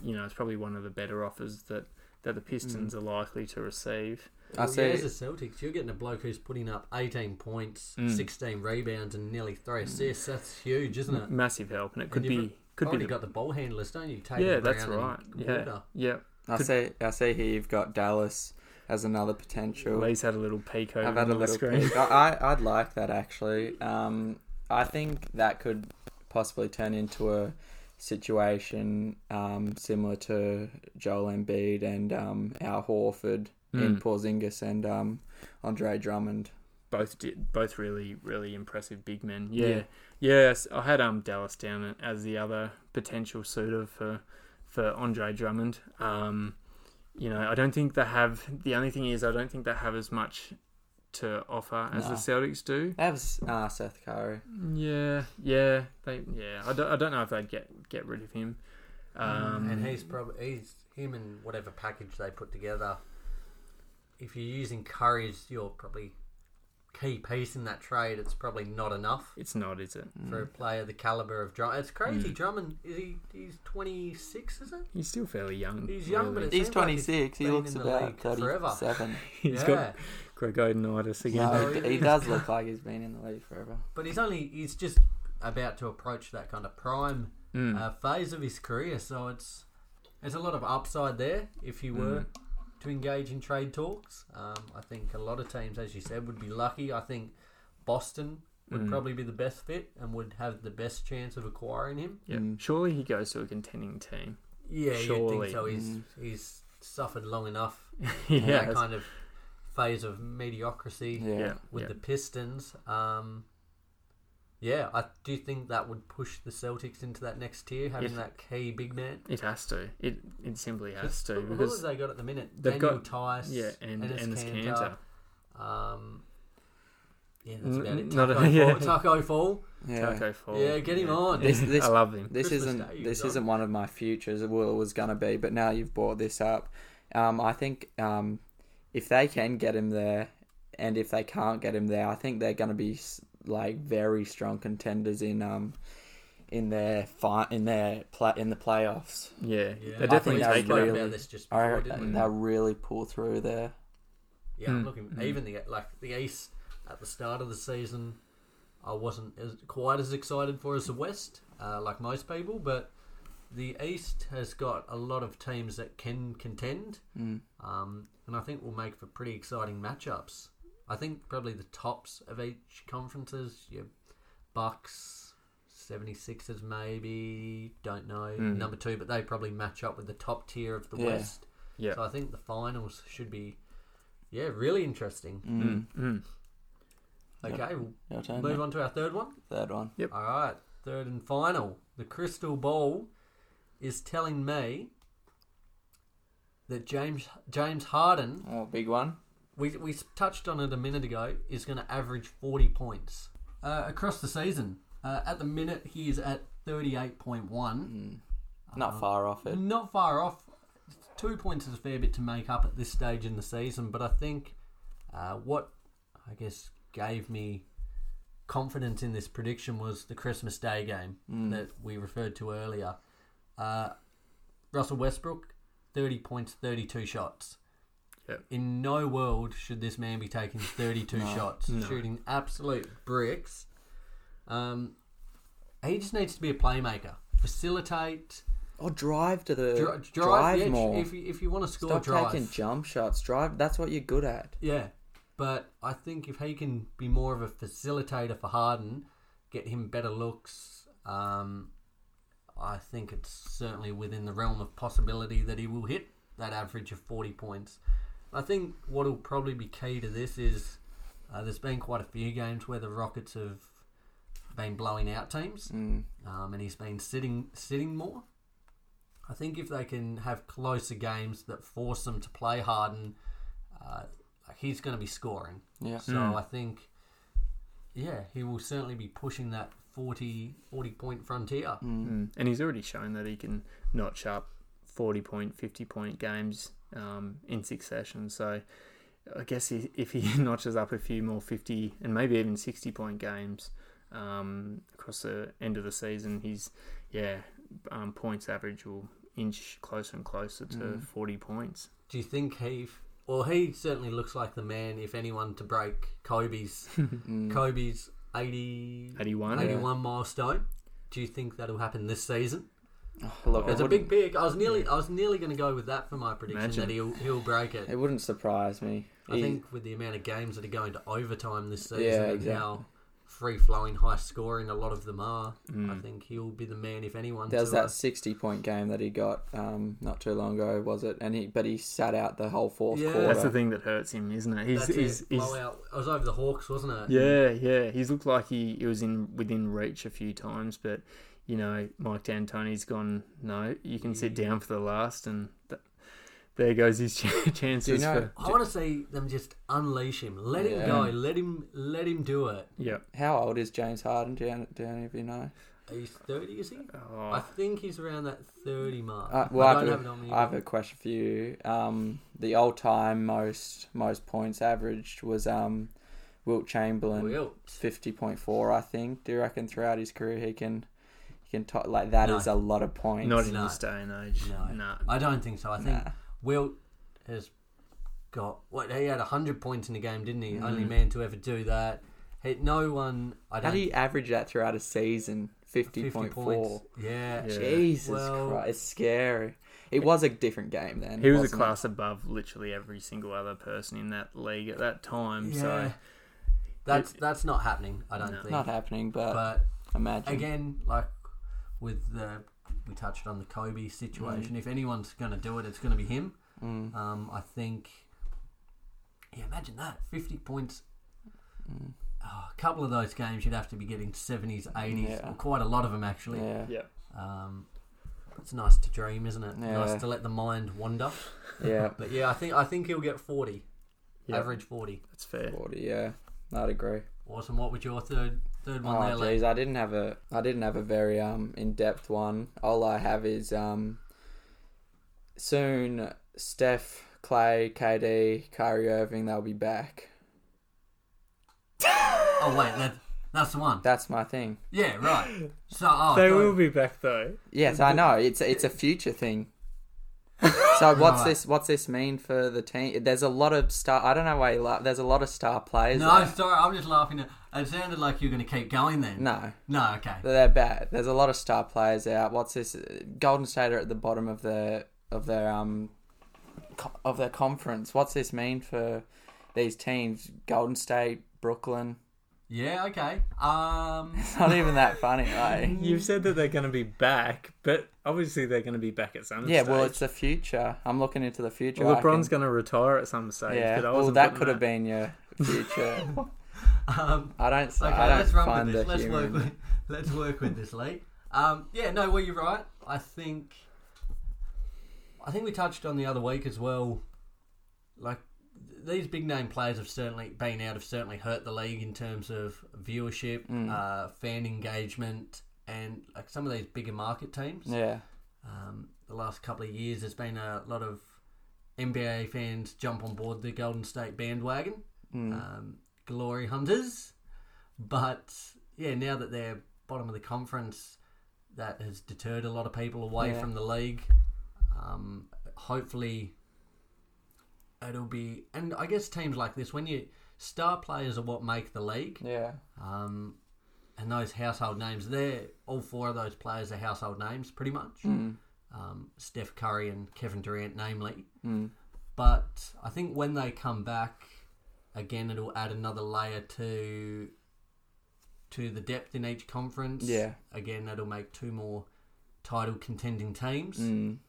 Speaker 3: you know, it's probably one of the better offers that, that
Speaker 2: Mm.
Speaker 3: the Pistons are likely to receive.
Speaker 4: I
Speaker 2: Well, yeah,
Speaker 4: see.
Speaker 2: as a Celtics, you're getting a bloke who's putting up 18 points,
Speaker 3: Mm.
Speaker 2: 16 rebounds, and nearly three assists. That's huge, isn't it?
Speaker 3: Massive help, and it could
Speaker 2: And you've
Speaker 3: be could be
Speaker 2: already
Speaker 3: the,
Speaker 2: got the ball handlers, don't you? Tatum,
Speaker 3: yeah, that's
Speaker 2: Brown,
Speaker 3: right.
Speaker 2: and
Speaker 3: Yeah,
Speaker 2: Walker.
Speaker 3: yeah.
Speaker 4: I see. I see here you've got Dallas as another potential.
Speaker 3: Lee's had a little peek over
Speaker 4: I've had a
Speaker 3: on the
Speaker 4: little
Speaker 3: screen.
Speaker 4: peek. I, I- I'd like that actually. Um, I think that could possibly turn into a situation um, similar to Joel Embiid and um, our Horford in Porzingis and um, Andre Drummond.
Speaker 3: both did both really really impressive big men. Yeah,
Speaker 4: Yeah.
Speaker 3: yes, I had um Dallas down as the other potential suitor for for Andre Drummond. Um, you know, I don't think they have. The only thing is, I don't think they have as much to offer as the
Speaker 4: No.
Speaker 3: Celtics do.
Speaker 4: They have uh, Seth Curry.
Speaker 3: Yeah, yeah, they yeah. I don't, I don't know if they'd get get rid of him. Um,
Speaker 2: and he's probably he's him and whatever package they put together. If you're using Curry as your probably key piece in that trade, it's probably not enough
Speaker 3: it's not, is it?
Speaker 2: for a player the caliber of Drummond. It's
Speaker 3: Mm.
Speaker 2: crazy. Drummond is he? He's 26, is it?
Speaker 3: He's still fairly young.
Speaker 2: He's young, but
Speaker 3: really.
Speaker 2: it
Speaker 4: He's
Speaker 2: seems like
Speaker 4: 26. He
Speaker 2: been
Speaker 4: looks
Speaker 2: in the league
Speaker 4: about
Speaker 2: forever.
Speaker 4: 37.
Speaker 3: he's
Speaker 2: yeah.
Speaker 3: got cragonitis again.
Speaker 4: No,
Speaker 2: Yeah.
Speaker 4: he, he does look like he's been in the league forever.
Speaker 2: But he's only he's just about to approach that kind of prime
Speaker 3: Mm.
Speaker 2: uh, phase of his career, so it's there's a lot of upside there if you were to engage in trade talks. Um, I think a lot of teams, as you said, would be lucky. I think Boston would probably be the best fit and would have the best chance of acquiring him.
Speaker 3: Yeah, surely he goes to a contending team.
Speaker 2: Yeah, you'd
Speaker 3: Surely.
Speaker 2: think so. Hmm. He's he's suffered long enough
Speaker 3: He
Speaker 2: in that
Speaker 3: has.
Speaker 2: kind of phase of mediocrity
Speaker 4: Yeah.
Speaker 3: yeah,
Speaker 2: with
Speaker 3: yeah.
Speaker 2: the Pistons. Um, Yeah, I do think that would push the Celtics into that next tier, having
Speaker 3: If-
Speaker 2: that key big man.
Speaker 3: It has to. It it simply has to
Speaker 2: Who- Who have
Speaker 3: because
Speaker 2: they got at the minute?
Speaker 3: they've
Speaker 2: Daniel
Speaker 3: got-
Speaker 2: Tice,
Speaker 3: yeah, and
Speaker 2: Enes
Speaker 3: and this
Speaker 2: Kanter,
Speaker 3: canter.
Speaker 2: Um, yeah, that's
Speaker 3: N-
Speaker 2: about it.
Speaker 3: not a-
Speaker 2: Taco, Fall, Taco
Speaker 3: yeah.
Speaker 2: Fall.
Speaker 4: Yeah.
Speaker 3: Taco Fall.
Speaker 2: Yeah, get him on.
Speaker 4: This, this,
Speaker 3: I love him.
Speaker 4: this
Speaker 2: Christmas
Speaker 4: isn't
Speaker 2: Day,
Speaker 4: this
Speaker 2: you
Speaker 4: isn't one of my futures. Well, it was gonna be, but now you've brought this up. Um, I think um, if they can get him there, and if they can't get him there, I think they're gonna be s- like very strong contenders in um in their fi- in their pla in the playoffs.
Speaker 3: Yeah,
Speaker 2: Yeah,
Speaker 3: they
Speaker 2: I
Speaker 3: definitely
Speaker 4: think
Speaker 2: we
Speaker 4: that's
Speaker 3: take
Speaker 2: spoke
Speaker 3: it.
Speaker 4: really-
Speaker 2: about this just
Speaker 4: I
Speaker 2: before, didn't
Speaker 4: reckon
Speaker 3: uh,
Speaker 2: we?
Speaker 4: they'll really pull through there.
Speaker 2: Yeah, I'm
Speaker 3: Mm.
Speaker 2: looking even the like the East at the start of the season. I wasn't as, quite as excited for as the West, uh, like most people, but the East has got a lot of teams that can contend,
Speaker 4: Mm.
Speaker 2: um, and I think will make for pretty exciting matchups. I think probably the tops of each conferences, your Bucks, 76ers maybe, don't know,
Speaker 3: Mm.
Speaker 2: number two, but they probably match up with the top tier of the
Speaker 4: Yeah.
Speaker 2: West.
Speaker 3: Yeah.
Speaker 2: So I think the finals should be, yeah, really interesting.
Speaker 4: Mm.
Speaker 3: Mm.
Speaker 2: Okay,
Speaker 4: Your
Speaker 2: we'll
Speaker 4: turn.
Speaker 2: move
Speaker 4: mate.
Speaker 2: on to our third one.
Speaker 4: Third one.
Speaker 2: All right, third and final. The crystal ball is telling me that James James Harden,
Speaker 4: Oh, big one.
Speaker 2: we we touched on it a minute ago, is going to average forty points uh, across the season. Uh, at the minute, he is at thirty-eight point one.
Speaker 4: Not
Speaker 2: Uh-huh.
Speaker 4: far off it.
Speaker 2: Not far off. Two points is a fair bit to make up at this stage in the season, but I think uh, what I guess gave me confidence in this prediction was the Christmas Day game that we referred to earlier. Uh, Russell Westbrook, 30 points, 32 shots.
Speaker 3: Yep.
Speaker 2: In no world should this man be taking 32 shots, shooting absolute bricks. Um, he just needs to be a playmaker, facilitate,
Speaker 4: Or Oh, drive to the
Speaker 2: Dri-
Speaker 4: drive,
Speaker 2: drive, yeah,
Speaker 4: more.
Speaker 2: If you, if you want to score,
Speaker 4: Stop
Speaker 2: drive.
Speaker 4: taking jump shots. Drive. That's what you're good at.
Speaker 2: yeah, but I think if he can be more of a facilitator for Harden, get him better looks. Um, I think it's certainly within the realm of possibility that he will hit that average of forty points. I think what will probably be key to this is uh, there's been quite a few games where the Rockets have been blowing out teams, um, and he's been sitting sitting more. I think if they can have closer games that force them to play Harden, uh, he's going to be scoring.
Speaker 4: Yeah.
Speaker 2: So I think, yeah, he will certainly be pushing that 40, 40 point frontier.
Speaker 4: Hmm.
Speaker 3: Mm. And he's already shown that he can notch up 40 point, 50 point games um, in succession. So I guess he, if he notches up a few more 50 and maybe even 60 point games um, across the end of the season, his yeah, um, points average will inch closer and closer to 40 points.
Speaker 2: Do you think he? Well, he certainly looks like the man, if anyone, to break Kobe's
Speaker 4: Hmm.
Speaker 2: Kobe's 80,
Speaker 3: 81.
Speaker 2: 81 milestone. Do you think that'll happen this season?
Speaker 4: Look,
Speaker 2: It's
Speaker 4: it
Speaker 2: a big
Speaker 4: wouldn't,
Speaker 2: pick. I was nearly, I was nearly going to go with that for my prediction
Speaker 3: Imagine.
Speaker 2: that he'll he'll break it.
Speaker 4: it wouldn't surprise me.
Speaker 2: I
Speaker 4: He-
Speaker 2: think with the amount of games that are going to overtime this season
Speaker 4: Yeah,
Speaker 2: and
Speaker 4: exactly.
Speaker 2: how free flowing, high scoring a lot of them are, I think he'll be the man if anyone.
Speaker 4: There was
Speaker 2: to,
Speaker 4: Mm. that
Speaker 2: uh,
Speaker 4: sixty-point game that he got um, not too long ago, was it? And he, but he sat out the whole fourth
Speaker 2: Yeah.
Speaker 4: quarter.
Speaker 3: That's the thing that hurts him, isn't it? He's,
Speaker 2: that's it,
Speaker 3: he's, he's,
Speaker 2: blowout. I was over the Hawks, wasn't it?
Speaker 3: Yeah, yeah. He's looked like he, he was in within reach a few times, but you know, Mike D'Antoni's gone. No, you can sit down for the last, and th- there goes his ch- chances.
Speaker 4: Do you know
Speaker 2: I want to see them just unleash him, let him
Speaker 4: Yeah.
Speaker 2: go, let him, let him do it.
Speaker 3: for, yeah.
Speaker 4: how old is James Harden? Do, you, do any of you know?
Speaker 2: He's thirty, is he?
Speaker 3: Oh,
Speaker 2: I think he's around that thirty mark.
Speaker 4: Uh, well, I,
Speaker 2: I don't
Speaker 4: have,
Speaker 2: have it on me.
Speaker 4: a, I have a question for you. Um, the all-time most most points averaged was um, Wilt Chamberlain,
Speaker 2: Wilt.
Speaker 4: fifty point four, I think. Do you reckon throughout his career he can he can top like that? Is
Speaker 2: No.
Speaker 4: a lot of points. Uh,
Speaker 3: not in
Speaker 2: No.
Speaker 3: this day and age.
Speaker 2: No,
Speaker 3: Nah.
Speaker 2: I don't think so. I think
Speaker 4: Nah.
Speaker 2: Wilt has got what he had hundred points in the game, didn't he? Only
Speaker 4: Mm.
Speaker 2: man to ever do that. He, no one. I
Speaker 4: How
Speaker 2: don't.
Speaker 4: do you average that throughout a season? Fifty
Speaker 2: Fifty
Speaker 4: point
Speaker 2: points.
Speaker 4: four.
Speaker 2: Yeah.
Speaker 3: Yeah.
Speaker 4: Jesus
Speaker 2: Well-
Speaker 4: Christ, it's scary. It was a different game then.
Speaker 3: He was a
Speaker 4: wasn't it?
Speaker 3: class above literally every single other person in that league at that time.
Speaker 2: Yeah.
Speaker 3: So
Speaker 2: That's that's not happening. I don't think.
Speaker 4: Not happening, but,
Speaker 2: But
Speaker 4: imagine.
Speaker 2: again, like with the we touched on the Kobe situation.
Speaker 4: Mm.
Speaker 2: If anyone's going to do it, it's going to be him.
Speaker 4: Mm.
Speaker 2: Um, I think. Yeah, imagine that fifty points. oh, a couple of those games you'd have to be getting 70s, 80s,
Speaker 4: Yeah.
Speaker 2: or quite a lot of them actually.
Speaker 4: Yeah.
Speaker 3: Yeah.
Speaker 2: Um, it's nice to dream, isn't it?
Speaker 4: Yeah.
Speaker 2: Nice to let the mind wander.
Speaker 4: Yeah.
Speaker 2: But yeah, I think I think he'll get 40,
Speaker 3: Yeah.
Speaker 2: average 40.
Speaker 3: That's fair.
Speaker 4: 40, yeah. I'd agree.
Speaker 2: Awesome. What was your third third one there,
Speaker 4: Oh
Speaker 2: Lee?
Speaker 4: jeez, I didn't have a I didn't have a very um in depth one. All I have is um soon Steph, Clay, KD, Kyrie Irving, they'll be back.
Speaker 2: Oh wait, that, that's the one.
Speaker 4: That's my thing.
Speaker 2: Yeah, right. So oh,
Speaker 3: They
Speaker 2: so-
Speaker 3: will be back though.
Speaker 4: Yes, I know. It's it's a future thing. So what's
Speaker 2: Right.
Speaker 4: this? What's this mean for the team? There's a lot of star. I don't know why you laugh. There's a lot of star players.
Speaker 2: No,
Speaker 4: there.
Speaker 2: sorry, I'm just laughing. At, it sounded like you're going to keep going then.
Speaker 4: no,
Speaker 2: No, okay.
Speaker 4: they're bad. There's a lot of star players out. What's this? Golden State are at the bottom of their of their um co- of their conference. What's this mean for these teams? Golden State, Brooklyn.
Speaker 2: Yeah, okay. Um,
Speaker 4: It's not even that funny. Like,
Speaker 3: You've said that they're going to be back, but obviously they're going to be back at some
Speaker 4: yeah,
Speaker 3: stage.
Speaker 4: well, it's the future. I'm looking into the future.
Speaker 3: Well,
Speaker 4: I
Speaker 3: LeBron's
Speaker 4: can-
Speaker 3: going to retire at some stage.
Speaker 4: Yeah,
Speaker 3: but I
Speaker 4: well,
Speaker 3: wasn't
Speaker 4: that
Speaker 3: putting
Speaker 4: could have been your future.
Speaker 2: um,
Speaker 4: I don't.
Speaker 2: okay,
Speaker 4: I don't
Speaker 2: let's run
Speaker 4: find
Speaker 2: with this.
Speaker 4: the
Speaker 2: Let's
Speaker 4: humor.
Speaker 2: work
Speaker 4: in
Speaker 2: with, let's work with this, Lee. Um, yeah, no, well, you're right. I think, I think we touched on the other week as well. Like these big name players have certainly been out, have certainly hurt the league in terms of viewership,
Speaker 4: Mm.
Speaker 2: uh, fan engagement, and like some of these bigger market teams.
Speaker 4: Yeah,
Speaker 2: um, the last couple of years, there's been a lot of NBA fans jump on board the Golden State bandwagon, um, glory hunters. But yeah, now that they're bottom of the conference, that has deterred a lot of people away
Speaker 4: Yeah.
Speaker 2: from the league. Um, hopefully, it'll be. And I guess teams like this, when you star players are what make the league,
Speaker 4: yeah,
Speaker 2: um, and those household names, they're all four of those players are household names, pretty much. Um, Steph Curry and Kevin Durant, namely. But I think when they come back, again, it'll add another layer to to the depth in each conference.
Speaker 4: Yeah.
Speaker 2: Again, that'll make two more title contending teams.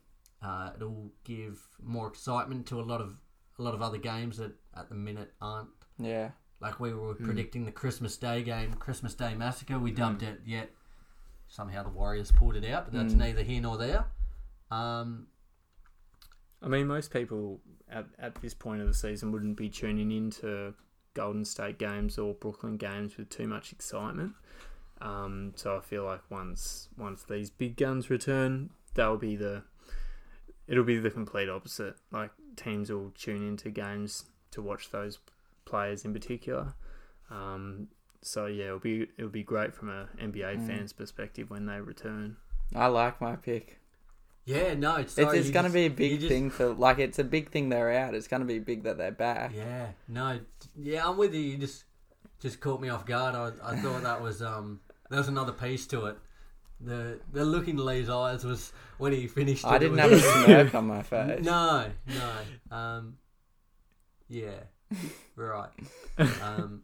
Speaker 2: Uh, it'll give more excitement to a lot of a lot of other games that at the minute aren't
Speaker 4: yeah.
Speaker 2: like we
Speaker 4: Hmm.
Speaker 2: were predicting the Christmas Day game, Christmas Day massacre. We dubbed it, yet somehow the Warriors pulled it out. But that's
Speaker 4: Hmm.
Speaker 2: neither here nor there. Um,
Speaker 3: that. I mean, most people at, at this point of the season wouldn't be tuning into Golden State games or Brooklyn games with too much excitement. Um, so I feel like once once these big guns return, they'll be the it'll be the complete opposite. Like teams will tune into games to watch those players in particular. Um, so yeah, it'll be it'll be great from a NBA fans perspective when they return.
Speaker 4: I like my pick.
Speaker 2: yeah, no, it's
Speaker 4: It's,
Speaker 2: sorry,
Speaker 4: it's
Speaker 2: you
Speaker 4: going to
Speaker 2: just-
Speaker 4: be a
Speaker 2: you
Speaker 4: big
Speaker 2: just-
Speaker 4: thing for like it's a big thing they're out. It's going to be big that they're back.
Speaker 2: Yeah, no, yeah, I'm with you. You just just caught me off guard. I, I thought that was um, there was another piece to it. The the look in Lee's eyes was when he finished. it,
Speaker 4: I
Speaker 2: it
Speaker 4: didn't have
Speaker 2: was-
Speaker 4: a smirk on my face.
Speaker 2: No, no. Um, yeah, right. Um,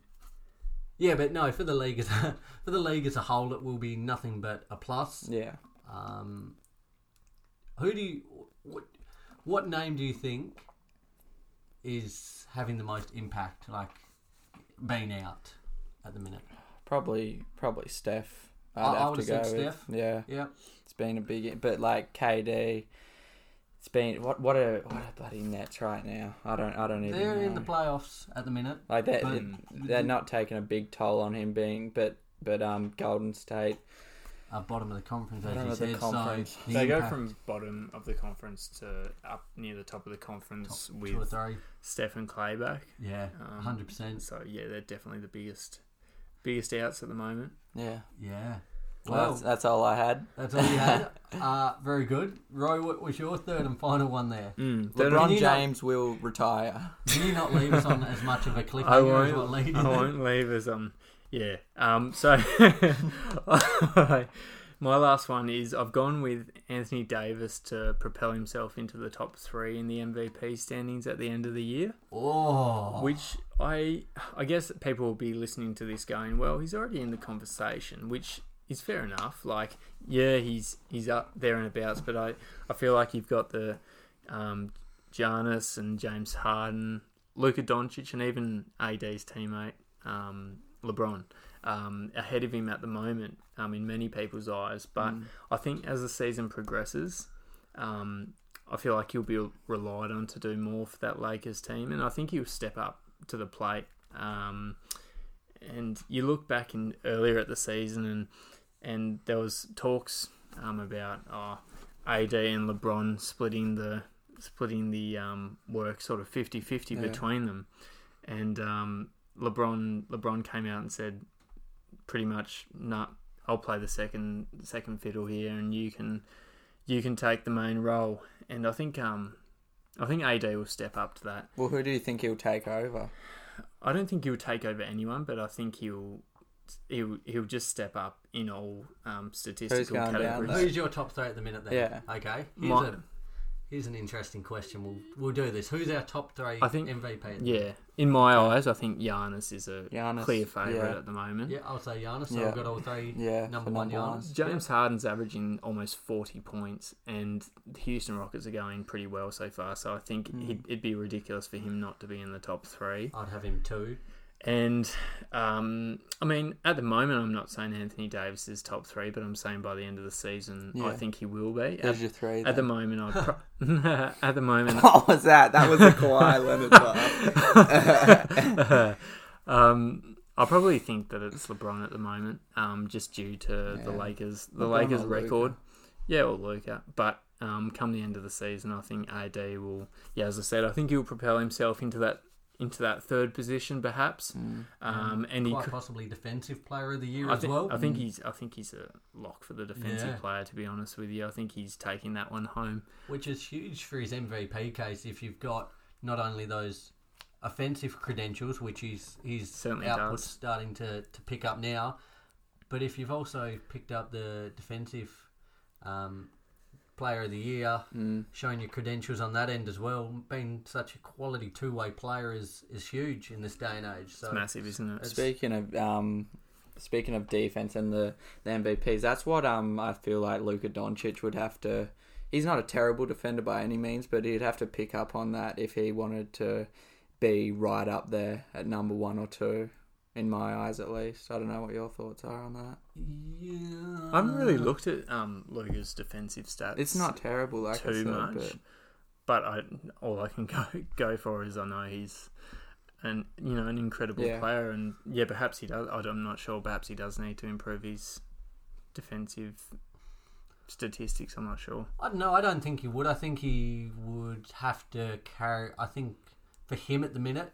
Speaker 2: yeah, but no, for the league as a, for the league as a whole, it will be nothing but a plus.
Speaker 4: Yeah,
Speaker 2: Um, who do you what what name do you think is having the most impact? Like being out at the minute.
Speaker 4: probably probably Steph. I'd
Speaker 2: I- I
Speaker 4: have to
Speaker 2: would've
Speaker 4: go
Speaker 2: said
Speaker 4: with.
Speaker 2: Steph.
Speaker 4: Yeah,
Speaker 2: Yeah,
Speaker 4: it's been a big, but like KD, it's been what what a what a bloody Nets right now. I don't I don't even.
Speaker 2: they're
Speaker 4: know.
Speaker 2: in the playoffs at the minute.
Speaker 4: Like they
Speaker 2: But-
Speaker 4: they're not taking a big toll on him being, but but um Golden State.
Speaker 2: Uh, bottom of the conference, as
Speaker 4: Bottom
Speaker 2: you
Speaker 4: of the
Speaker 2: said.
Speaker 4: conference.
Speaker 2: So the
Speaker 3: They go
Speaker 2: impact
Speaker 3: from bottom of the conference to up near the top of the conference
Speaker 2: two or
Speaker 3: with
Speaker 2: three.
Speaker 3: Stefan Clay back.
Speaker 2: Yeah,
Speaker 3: Um,
Speaker 2: hundred percent.
Speaker 3: So yeah, they're definitely the biggest biggest outs at the moment.
Speaker 4: Yeah,
Speaker 2: Yeah.
Speaker 4: well,
Speaker 2: Well,
Speaker 4: that's, that's all I had.
Speaker 2: that's all you had. Uh, very good. Roy, what was your third and final one there?
Speaker 3: Mm. Hmm.
Speaker 2: Can
Speaker 4: LeBron
Speaker 2: you not-
Speaker 4: James will retire.
Speaker 2: Can you not leave us on as much of a cliffhanger
Speaker 3: I
Speaker 2: as what Lee
Speaker 3: won't.
Speaker 2: did?
Speaker 3: I won't leave as um. Yeah. Um. So my last one is I've gone with Anthony Davis to propel himself into the top three in the MVP standings at the end of the year.
Speaker 2: Oh,
Speaker 3: which I I guess that people will be listening to this going, well, he's already in the conversation, which is fair enough. Like, yeah, he's he's up there and abouts, but I I feel like you've got the um, Giannis and James Harden, Luka Doncic, and even AD's teammate um, LeBron um, ahead of him at the moment um, in many people's eyes. But I think as the season progresses, um, I feel like he'll be relied on to do more for that Lakers team, and I think he'll step up to the plate. Um, and you look back in earlier at the season, and and there was talks um, about oh, AD and LeBron splitting the splitting the um, work sort of 50-50 between them, and um, LeBron LeBron came out and said pretty much nah, I'll play the second second fiddle here, and you can you can take the main role. And I think um, I think AD will step up to that.
Speaker 4: Well, who do you think he'll take over?
Speaker 3: I don't think he'll take over anyone, but I think he'll he'll he'll just step up in all um, statistical
Speaker 4: going down
Speaker 3: categories.
Speaker 4: though?
Speaker 2: Who's your top three at the minute then?
Speaker 4: Yeah.
Speaker 2: Okay. Here's,
Speaker 3: My-
Speaker 2: a, here's an interesting question. We'll we'll do this. Who's our top three
Speaker 3: I think-
Speaker 2: MVP? at the
Speaker 3: Yeah, in my eyes, I think Giannis is a
Speaker 4: Giannis,
Speaker 3: clear favorite
Speaker 4: yeah.
Speaker 3: at the moment.
Speaker 2: Yeah, I'll say Giannis. So
Speaker 4: Yeah.
Speaker 2: I've got all three.
Speaker 4: Yeah,
Speaker 2: number
Speaker 4: for
Speaker 2: one
Speaker 4: number one.
Speaker 2: Giannis.
Speaker 3: James Harden's averaging almost 40 points, and the Houston Rockets are going pretty well so far. So I think
Speaker 4: Hmm.
Speaker 3: he'd, it'd be ridiculous for him not to be in the top three.
Speaker 2: I'd have him two.
Speaker 3: And um, I mean, at the moment, I'm not saying Anthony Davis is top three, but I'm saying by the end of the season, I
Speaker 4: Yeah.
Speaker 3: think he will be.
Speaker 4: There's
Speaker 3: At,
Speaker 4: your three.
Speaker 3: at the
Speaker 4: then.
Speaker 3: moment, I pro- at the moment,
Speaker 4: what was that? That was a Kawhi Leonard laugh.
Speaker 3: um, I probably think that it's LeBron at the moment, um, just due to the Lakers, the
Speaker 4: LeBron
Speaker 3: Lakers
Speaker 4: or
Speaker 3: record.
Speaker 4: Luka.
Speaker 3: Yeah, or Luca. But um, come the end of the season, I think AD will. Yeah, as I said, I think he'll propel himself into that into that third position, perhaps.
Speaker 4: Mm.
Speaker 3: Um, and he
Speaker 2: Quite
Speaker 3: could,
Speaker 2: possibly defensive player of the year
Speaker 3: I
Speaker 2: as
Speaker 3: think,
Speaker 2: well. Mm.
Speaker 3: I think he's I think he's a lock for the defensive
Speaker 2: Yeah.
Speaker 3: player. To be honest with you, I think he's taking that one home.
Speaker 2: which is huge for his MVP case. If you've got not only those offensive credentials, which he's his
Speaker 3: Certainly
Speaker 2: output's
Speaker 3: does.
Speaker 2: starting to, to pick up now, but if you've also picked up the defensive um, player of the year,
Speaker 3: Mm.
Speaker 2: showing your credentials on that end as well, being such a quality two way player is is huge in this day and age. So
Speaker 3: It's massive, isn't it?
Speaker 4: Speaking of um, speaking of defense and the, the MVPs, that's what um I feel like Luka Doncic would have to. He's not a terrible defender by any means, but he'd have to pick up on that if he wanted to be right up there at number one or two. In my eyes, at least. I don't know what your thoughts are on that.
Speaker 2: yeah,
Speaker 3: I haven't really looked at um, Luca's defensive stats.
Speaker 4: It's not terrible, like I
Speaker 3: too
Speaker 4: said,
Speaker 3: much,
Speaker 4: but
Speaker 3: but I all I can go go for is I know he's an you know an incredible
Speaker 4: Yeah.
Speaker 3: player, and yeah, perhaps he does. I don't- I'm not sure. Perhaps he does need to improve his defensive statistics. I'm not sure.
Speaker 2: I don't know. I don't think he would. I think he would have to carry. I think for him at the minute,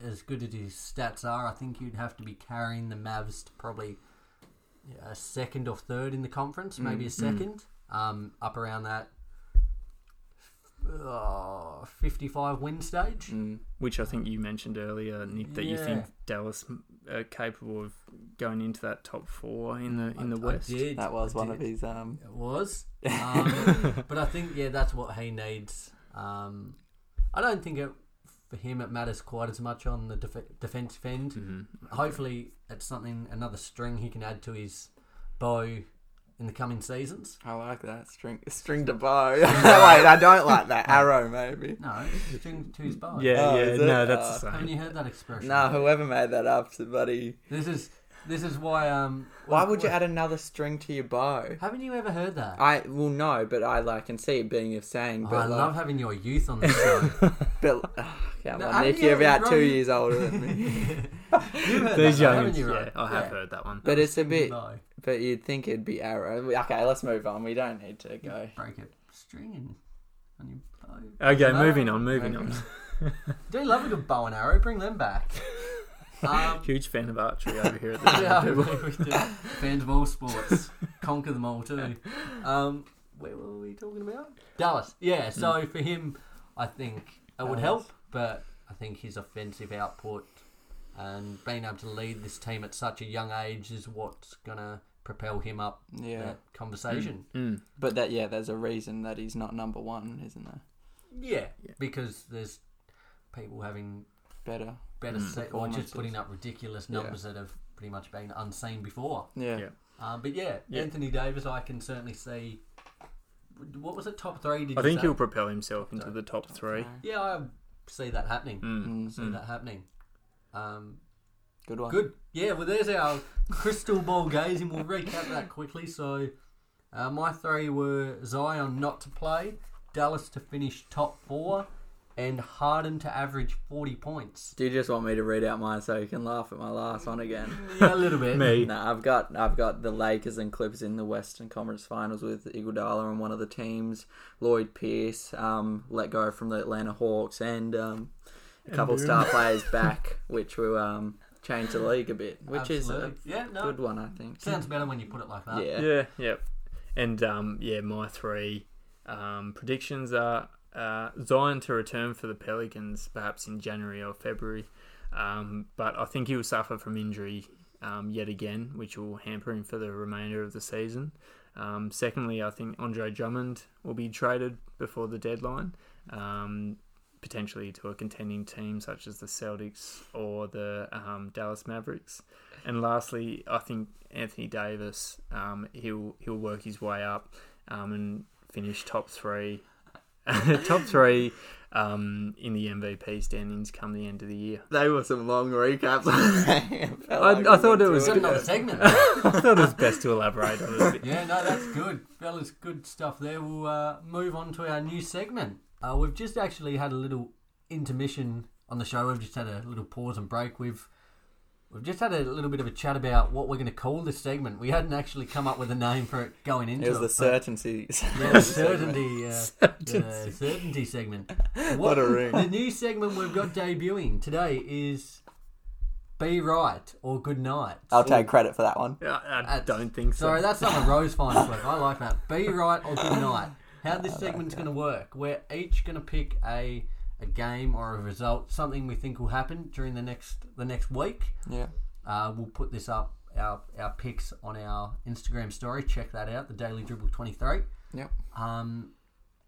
Speaker 2: as good as his stats are, I think you'd have to be carrying the Mavs to probably yeah, a second or third in the conference,
Speaker 3: Mm,
Speaker 2: maybe a second, um, up around that uh, 55 win stage.
Speaker 4: mm.
Speaker 3: Which I think you mentioned earlier, Nick, that you think
Speaker 2: Yeah.
Speaker 3: Dallas are capable of going into that top four in the in the
Speaker 2: I
Speaker 3: West.
Speaker 2: did,
Speaker 4: that was
Speaker 2: I
Speaker 4: one
Speaker 2: did.
Speaker 4: of his um.
Speaker 2: It was. Um, but I think, yeah, that's what he needs. Um, I don't think it, for him it matters quite as much on the def- defensive end.
Speaker 4: Mm-hmm.
Speaker 2: Hopefully, it's something, another string he can add to his bow in the coming seasons.
Speaker 4: I like that string string to bow. Wait, I don't like that arrow. Maybe.
Speaker 2: No, string to his bow.
Speaker 3: Yeah,
Speaker 4: Oh,
Speaker 3: yeah,
Speaker 4: is it?
Speaker 3: no, that's the
Speaker 2: Haven't
Speaker 3: same.
Speaker 2: you heard that expression?
Speaker 4: Nah, whoever made that up, somebody.
Speaker 2: This is this is why. Um,
Speaker 4: Why would you add another string to your bow?
Speaker 2: Haven't you ever heard that?
Speaker 4: I well no, but I like can see it being a saying. But
Speaker 2: I
Speaker 4: like,
Speaker 2: love having your youth on the show.
Speaker 4: but ugh, come
Speaker 2: No,
Speaker 4: on,
Speaker 2: I
Speaker 4: Nick,
Speaker 2: mean,
Speaker 4: you're
Speaker 2: yeah,
Speaker 4: about two
Speaker 2: Robbie-
Speaker 4: years older than me.
Speaker 2: You've heard
Speaker 3: These
Speaker 2: that, though,
Speaker 3: youngins,
Speaker 2: haven't you,
Speaker 3: yeah,
Speaker 2: Ron?
Speaker 3: I have
Speaker 2: Yeah.
Speaker 3: heard that one.
Speaker 4: But it's a bit.
Speaker 2: No,
Speaker 4: But you'd think it'd be arrow. Okay, let's move on. We don't need to go.
Speaker 2: break it. String and on your bow.
Speaker 3: Okay,
Speaker 2: No.
Speaker 3: moving on, moving on.
Speaker 2: Do you love a good bow and arrow? Bring them back. Um,
Speaker 3: Huge fan of archery over here at the
Speaker 2: yeah, we do. Fans of all sports, conquer them all too. Um, where were we talking about? Dallas. Hmm. Yeah. So for him, I think it would help, but I think his offensive output and being able to lead this team at such a young age is what's gonna propel him up
Speaker 4: Yeah.
Speaker 2: that conversation.
Speaker 3: Hmm.
Speaker 4: But that yeah, there's a reason that he's not number one, isn't there?
Speaker 2: Hmm. Yeah, because there's people having
Speaker 4: Better.
Speaker 2: better set or just
Speaker 4: Performances.
Speaker 2: putting up ridiculous numbers that have pretty much been unseen before.
Speaker 4: Yeah.
Speaker 3: Yeah.
Speaker 2: Um, but yeah, Anthony Davis, I can certainly see. What was it? Top three? Did
Speaker 3: I
Speaker 2: you
Speaker 3: think
Speaker 2: say?
Speaker 3: he'll propel himself into the top three.
Speaker 2: Yeah, I see that happening. see that happening. Um,
Speaker 4: Good one.
Speaker 2: Good. Yeah, well, there's our crystal ball gazing. We'll recap that quickly. So, uh, my three were Zion not to play, Dallas to finish top four, and Harden to average 40 points.
Speaker 4: Do you just want me to read out mine so you can laugh at my last one again?
Speaker 2: Yeah, a little bit.
Speaker 3: Me.
Speaker 4: No, I've got I've got the Lakers and Clippers in the Western Conference Finals with Iguodala on one of the teams, Lloyd Pierce um, let go from the Atlanta Hawks, and um, a couple
Speaker 3: boom.
Speaker 4: star players back, which will um, change the league a bit, which
Speaker 2: Absolutely.
Speaker 4: is a
Speaker 2: Yeah, no.
Speaker 4: good one, I think.
Speaker 2: Sounds better when you put it like that.
Speaker 4: yeah.
Speaker 3: Yeah, yep. And um, yeah, my three um, predictions are uh, Zion to return for the Pelicans, perhaps in January or February. Um, but I think he will suffer from injury um, yet again, which will hamper him for the remainder of the season. Um, secondly, I think Andre Drummond will be traded before the deadline, um, potentially to a contending team such as the Celtics or the um, Dallas Mavericks. And lastly, I think Anthony Davis um, he'll he'll work his way up um, and finish top three, top three um, in the MVP standings come the end of the year.
Speaker 4: They were some long recaps. I,
Speaker 3: I- I thought it was
Speaker 2: We've got another segment.
Speaker 3: I thought it was best to elaborate on it. a bit.
Speaker 2: Yeah, no, that's good. Fellas, good stuff there. We'll uh, move on to our new segment. Uh, we've just actually had a little intermission on the show. We've just had a little pause and break. We've we've just had a little bit of a chat about what we're going to call this segment. We hadn't actually come up with a name for it going into
Speaker 4: It was the
Speaker 2: but-
Speaker 4: certainty.
Speaker 2: Yeah, the certainty, uh, the certainty segment. What,
Speaker 4: a ring.
Speaker 2: The new segment we've got debuting today is "Be Right" or "Good Night."
Speaker 4: I'll take credit for that one.
Speaker 3: I, I
Speaker 2: That's-
Speaker 3: don't think so.
Speaker 2: Sorry, that's not a rose fine clip. I like that. Be right or good night. How this segment's going to work? We're each going to pick a a game or a result, something we think will happen during the next the next week.
Speaker 4: Yeah.
Speaker 2: Uh, we'll put this up our our picks on our Instagram story. Check that out. The Daily Dribble twenty three.
Speaker 4: Yep.
Speaker 2: Um,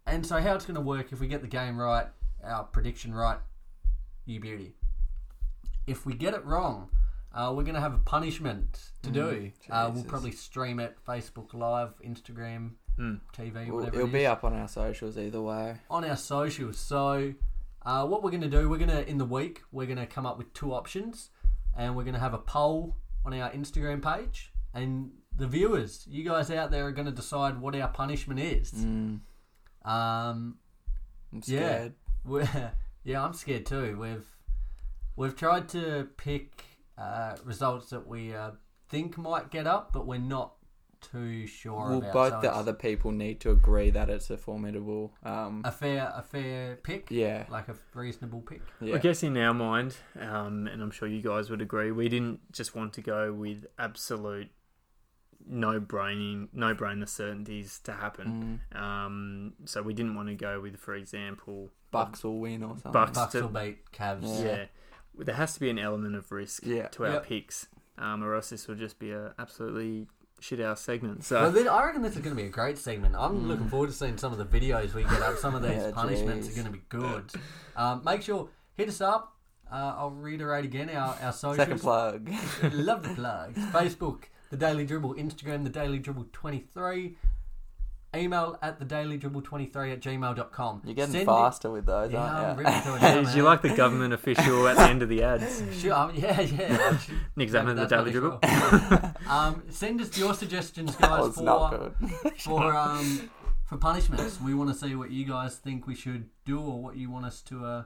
Speaker 2: and so how it's going to work? If we get the game right, our prediction right, you beauty. If we get it wrong, uh, we're going to have a punishment to do. Uh, we'll
Speaker 4: Jesus.
Speaker 2: probably stream it Facebook Live, Instagram, TV,
Speaker 4: Well,
Speaker 2: whatever.
Speaker 4: it'll
Speaker 2: it
Speaker 4: be
Speaker 2: is,
Speaker 4: up on our socials either way.
Speaker 2: on our socials. So, uh, what we're going to do? We're going to in the week we're going to come up with two options, and we're going to have a poll on our Instagram page, and the viewers, you guys out there, are going to decide what our punishment is. Um,
Speaker 4: I'm
Speaker 2: yeah.
Speaker 4: scared.
Speaker 2: we're, yeah, I'm scared too. We've we've tried to pick uh, results that we uh, think might get up, but we're not too sure
Speaker 4: Well,
Speaker 2: about.
Speaker 4: both
Speaker 2: So
Speaker 4: the
Speaker 2: it's
Speaker 4: other people need to agree that it's a formidable. Um,
Speaker 2: a fair a fair pick,
Speaker 4: yeah,
Speaker 2: like a reasonable pick.
Speaker 4: yeah.
Speaker 3: I guess in our mind, um, and I'm sure you guys would agree, we didn't just want to go with absolute no braining, no brainer certainties to happen.
Speaker 2: Mm.
Speaker 3: Um, so we didn't want to go with, for example,
Speaker 4: Bucks will win or something.
Speaker 3: Bucks.
Speaker 2: Bucks
Speaker 3: to-
Speaker 2: will beat Cavs.
Speaker 3: Yeah. There has to be an element of risk
Speaker 4: Yeah.
Speaker 3: to our
Speaker 2: Yep.
Speaker 3: picks, um, or else this will just be a absolutely shit house segment.
Speaker 2: Well,
Speaker 3: So
Speaker 2: then I reckon this is going to be a great segment. I'm looking forward to seeing some of the videos we get up. Some of these
Speaker 4: Mm. Yeah,
Speaker 2: punishments
Speaker 4: geez.
Speaker 2: are going to be good. Um, make sure hit us up. Uh, I'll reiterate again our our socials.
Speaker 4: Second plug.
Speaker 2: Love the plugs. Facebook, The Daily Dribble. Instagram, The Daily Dribble 23. Email at The Daily Dribble 23 at gmail.com.
Speaker 4: You're getting
Speaker 2: Send
Speaker 4: faster with those,
Speaker 2: Yeah, I'm
Speaker 4: aren't you?
Speaker 2: really doing it.
Speaker 3: Jeez, you like the government official at the end of the ads.
Speaker 2: Sure, um, yeah, yeah.
Speaker 3: Nick Zaman, the
Speaker 2: That's
Speaker 3: Daily
Speaker 2: not
Speaker 3: Dribble.
Speaker 2: it, sure. um, send us your suggestions,
Speaker 4: that
Speaker 2: guys,
Speaker 4: was not
Speaker 2: for,
Speaker 4: good.
Speaker 2: for, um, for punishments. We want to see what you guys think we should do or what you want us to, uh,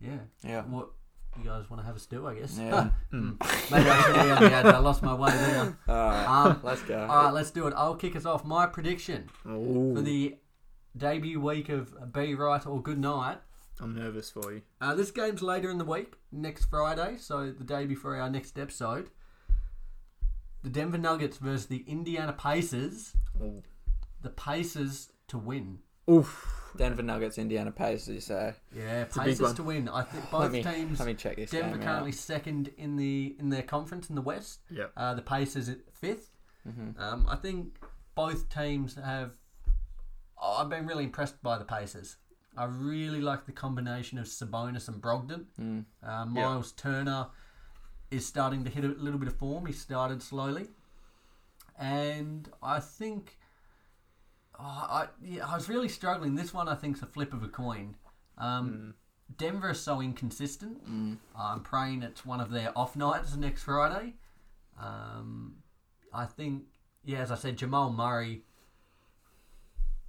Speaker 2: yeah,
Speaker 4: Yeah.
Speaker 2: what you guys want to have us do, I guess. Hmm.
Speaker 4: Yeah.
Speaker 2: Maybe I should be on the ad. I lost my way there.
Speaker 4: All right.
Speaker 2: Um,
Speaker 4: Let's go.
Speaker 2: All right, let's do it. I'll kick us off. My prediction
Speaker 3: Ooh,
Speaker 2: for the debut week of Be Right or Good Night.
Speaker 3: I'm nervous for you.
Speaker 2: Uh, this game's later in the week, next Friday, so the day before our next episode. The Denver Nuggets versus the Indiana Pacers.
Speaker 3: Ooh.
Speaker 2: The Pacers to win.
Speaker 3: Oof.
Speaker 4: Denver Nuggets, Indiana Pacers. You say?
Speaker 2: Yeah,
Speaker 3: a big
Speaker 2: Pacers
Speaker 3: one.
Speaker 2: to win. I think
Speaker 4: Let
Speaker 2: both
Speaker 4: me
Speaker 2: teams.
Speaker 4: let me check this
Speaker 2: Denver
Speaker 4: game
Speaker 2: currently
Speaker 4: out.
Speaker 2: second in the in their conference in the West.
Speaker 3: Yep.
Speaker 2: Uh, the Pacers at 5th
Speaker 4: Mm-hmm.
Speaker 2: Um, I think both teams have. oh, I've been really impressed by the Pacers. I really like the combination of Sabonis and Brogdon.
Speaker 4: Mm.
Speaker 2: Uh, Miles Turner is starting to hit a little bit of form. He started slowly, and I think oh, I yeah, I was really struggling. This one I think's a flip of a coin. Um, Denver is so inconsistent. I'm praying it's one of their off nights next Friday. Um, I think, yeah, as I said, Jamal Murray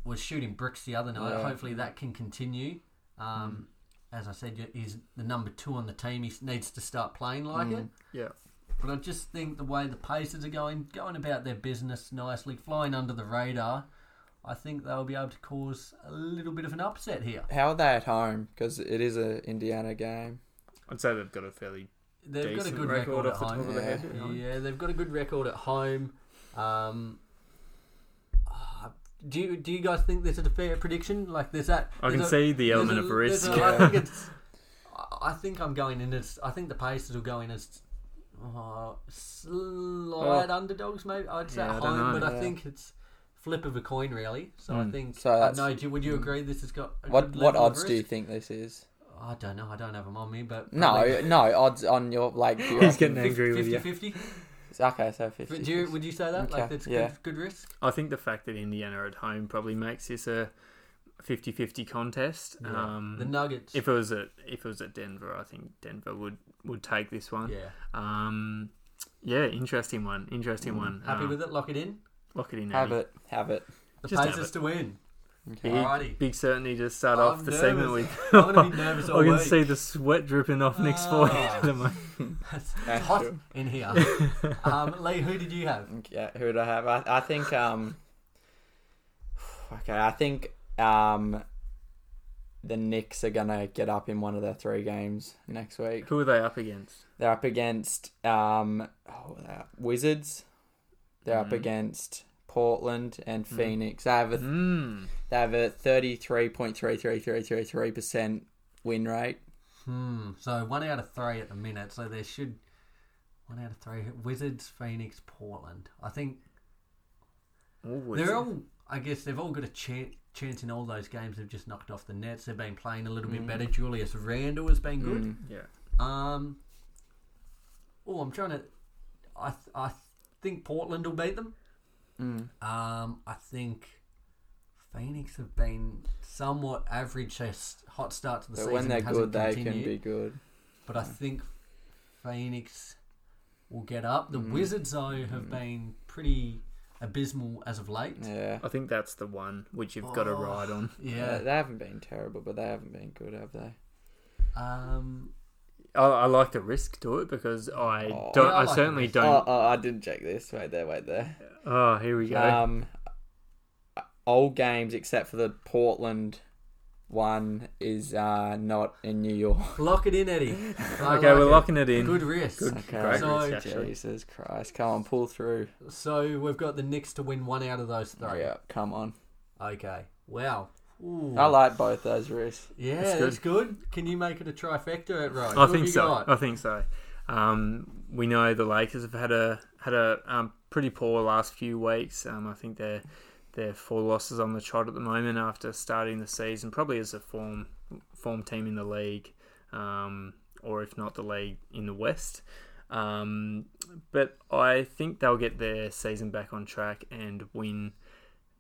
Speaker 2: was shooting bricks the other night.
Speaker 4: Yeah.
Speaker 2: Hopefully that can continue. Um, As I said, y- he's the number two on the team. He s- needs to start playing like it.
Speaker 3: Yeah.
Speaker 2: But I just think the way the Pacers are going, going about their business nicely, flying under the radar, I think they'll be able to cause a little bit of an upset here.
Speaker 4: How are they at home? Because it is a Indiana game.
Speaker 3: I'd say they've got a fairly
Speaker 2: They've
Speaker 3: decent
Speaker 2: got a good record, at
Speaker 3: off the top
Speaker 2: home.
Speaker 3: of the head.
Speaker 4: Yeah.
Speaker 3: you know.
Speaker 2: Yeah, they've got a good record at home. Um, ah, do you do you guys think this is a fair prediction? Like there's that.
Speaker 3: I
Speaker 2: there's
Speaker 3: can
Speaker 2: a-
Speaker 3: see the
Speaker 2: there's
Speaker 3: element
Speaker 2: a-
Speaker 3: of
Speaker 2: there's
Speaker 3: risk.
Speaker 2: a- I think it's. I- I think I'm going in as. I think the Pacers will go in as. Oh, slight underdogs, maybe I'd say
Speaker 3: Oh. Yeah, I
Speaker 2: at
Speaker 3: don't
Speaker 2: home,
Speaker 3: know.
Speaker 2: but I
Speaker 4: Yeah. think
Speaker 2: think it's flip of a coin, really. So I
Speaker 3: Mm.
Speaker 2: think.
Speaker 4: So
Speaker 2: I
Speaker 4: that's- hmm.
Speaker 2: know, do, would you agree? This has got a
Speaker 4: What
Speaker 2: good
Speaker 4: what
Speaker 2: level of
Speaker 4: odds do you
Speaker 2: risk?
Speaker 4: think this is?
Speaker 2: I don't know. I don't have them on me, but
Speaker 4: No, no odds on your like. do you
Speaker 3: He's
Speaker 4: reckon-
Speaker 3: getting angry with you.
Speaker 2: 50-50?
Speaker 4: Okay, so fifty.
Speaker 2: But do you, would you say that? Like
Speaker 4: Okay,
Speaker 2: that's
Speaker 4: yeah.
Speaker 2: good, good risk.
Speaker 3: I think the fact that Indiana are at home probably makes this a 50-50 contest. Um,
Speaker 2: the Nuggets.
Speaker 3: if it was at if it was at Denver, I think Denver would would take this one.
Speaker 2: yeah,
Speaker 3: Um, yeah, interesting one. Interesting one.
Speaker 2: Mm, happy
Speaker 3: Um,
Speaker 2: with it. Lock it in.
Speaker 3: Lock it in.
Speaker 4: have
Speaker 3: Abby.
Speaker 4: it, have it.
Speaker 2: The
Speaker 3: Just have
Speaker 2: Pacers
Speaker 3: it.
Speaker 2: to win.
Speaker 3: Big,
Speaker 2: Alrighty.
Speaker 3: big certainty to start
Speaker 2: I'm
Speaker 3: off the segment
Speaker 2: nervous.
Speaker 3: with.
Speaker 2: I'm gonna be nervous all
Speaker 3: I can
Speaker 2: week.
Speaker 3: see the sweat dripping off Nick's
Speaker 2: Ah.
Speaker 3: forehead at the moment.
Speaker 2: it's hot in here. um, Lee, who did you have?
Speaker 4: Yeah, who would I have? I, I think um Okay, I think um the Knicks are gonna get up in one of their three games next week.
Speaker 3: Who are they up against?
Speaker 4: They're up against um oh, they're up- Wizards. They're up
Speaker 2: Mm-hmm.
Speaker 3: Mhm.
Speaker 4: against Portland and Phoenix. They have a
Speaker 3: Mm.
Speaker 4: they have a thirty three point three three three three three percent win rate.
Speaker 2: Hmm.
Speaker 4: Mm.
Speaker 2: So one out of three at the minute. So there should one out of three. Wizards, Phoenix, Portland. I think They're all, I guess, they've all got a chan- chance in all those games. They've just knocked off the Nets. They've been playing a little
Speaker 4: Mm.
Speaker 2: bit better. Julius Randle has been good.
Speaker 3: Yeah.
Speaker 2: Um, oh, I'm trying to. I th- I th- think Portland will beat them.
Speaker 4: Mm.
Speaker 2: Um, I think Phoenix have been somewhat average. Their s- hot start to the
Speaker 4: But
Speaker 2: season
Speaker 4: when they're
Speaker 2: hasn't
Speaker 4: good they
Speaker 2: continued.
Speaker 4: can be good.
Speaker 2: But I think Phoenix will get up.
Speaker 4: Mm.
Speaker 2: The Wizards though have been pretty abysmal as of late.
Speaker 4: Yeah.
Speaker 3: I think that's the one which you've got to
Speaker 2: Oh.
Speaker 3: ride on.
Speaker 2: Yeah.
Speaker 4: They haven't been terrible, but they haven't been good, have they? Uh,
Speaker 2: Um,
Speaker 3: I, I like the risk to it because I
Speaker 4: Oh.
Speaker 3: don't.
Speaker 2: Yeah, I
Speaker 3: I,
Speaker 2: like the
Speaker 3: certainly
Speaker 2: risk.
Speaker 3: don't.
Speaker 4: Oh, oh, I didn't check this. Wait there, wait there.
Speaker 3: Oh, here we go.
Speaker 4: Um, all games except for the Portland one is uh, not in New York.
Speaker 2: Lock it in, Eddie. I
Speaker 3: okay,
Speaker 2: like
Speaker 3: we're
Speaker 2: it.
Speaker 3: locking it in.
Speaker 2: Good risk.
Speaker 4: Okay,
Speaker 2: So-
Speaker 3: risk, actually.
Speaker 4: Jesus Christ, come on, pull through.
Speaker 2: So we've got the Knicks to win one out of those three.
Speaker 4: Yeah, come on.
Speaker 2: Okay. Wow. Ooh.
Speaker 4: I like both those risks.
Speaker 2: yeah,
Speaker 3: That's
Speaker 2: that's
Speaker 3: good.
Speaker 2: good. Can you make it a trifecta at right?
Speaker 3: I think so. I think so. Um, we know the Lakers have had a had a um, pretty poor last few weeks. Um, I think they're they're four losses on the trot at the moment after starting the season, probably as a form form team in the league, um, or if not the league in the West. Um, but I think they'll get their season back on track and win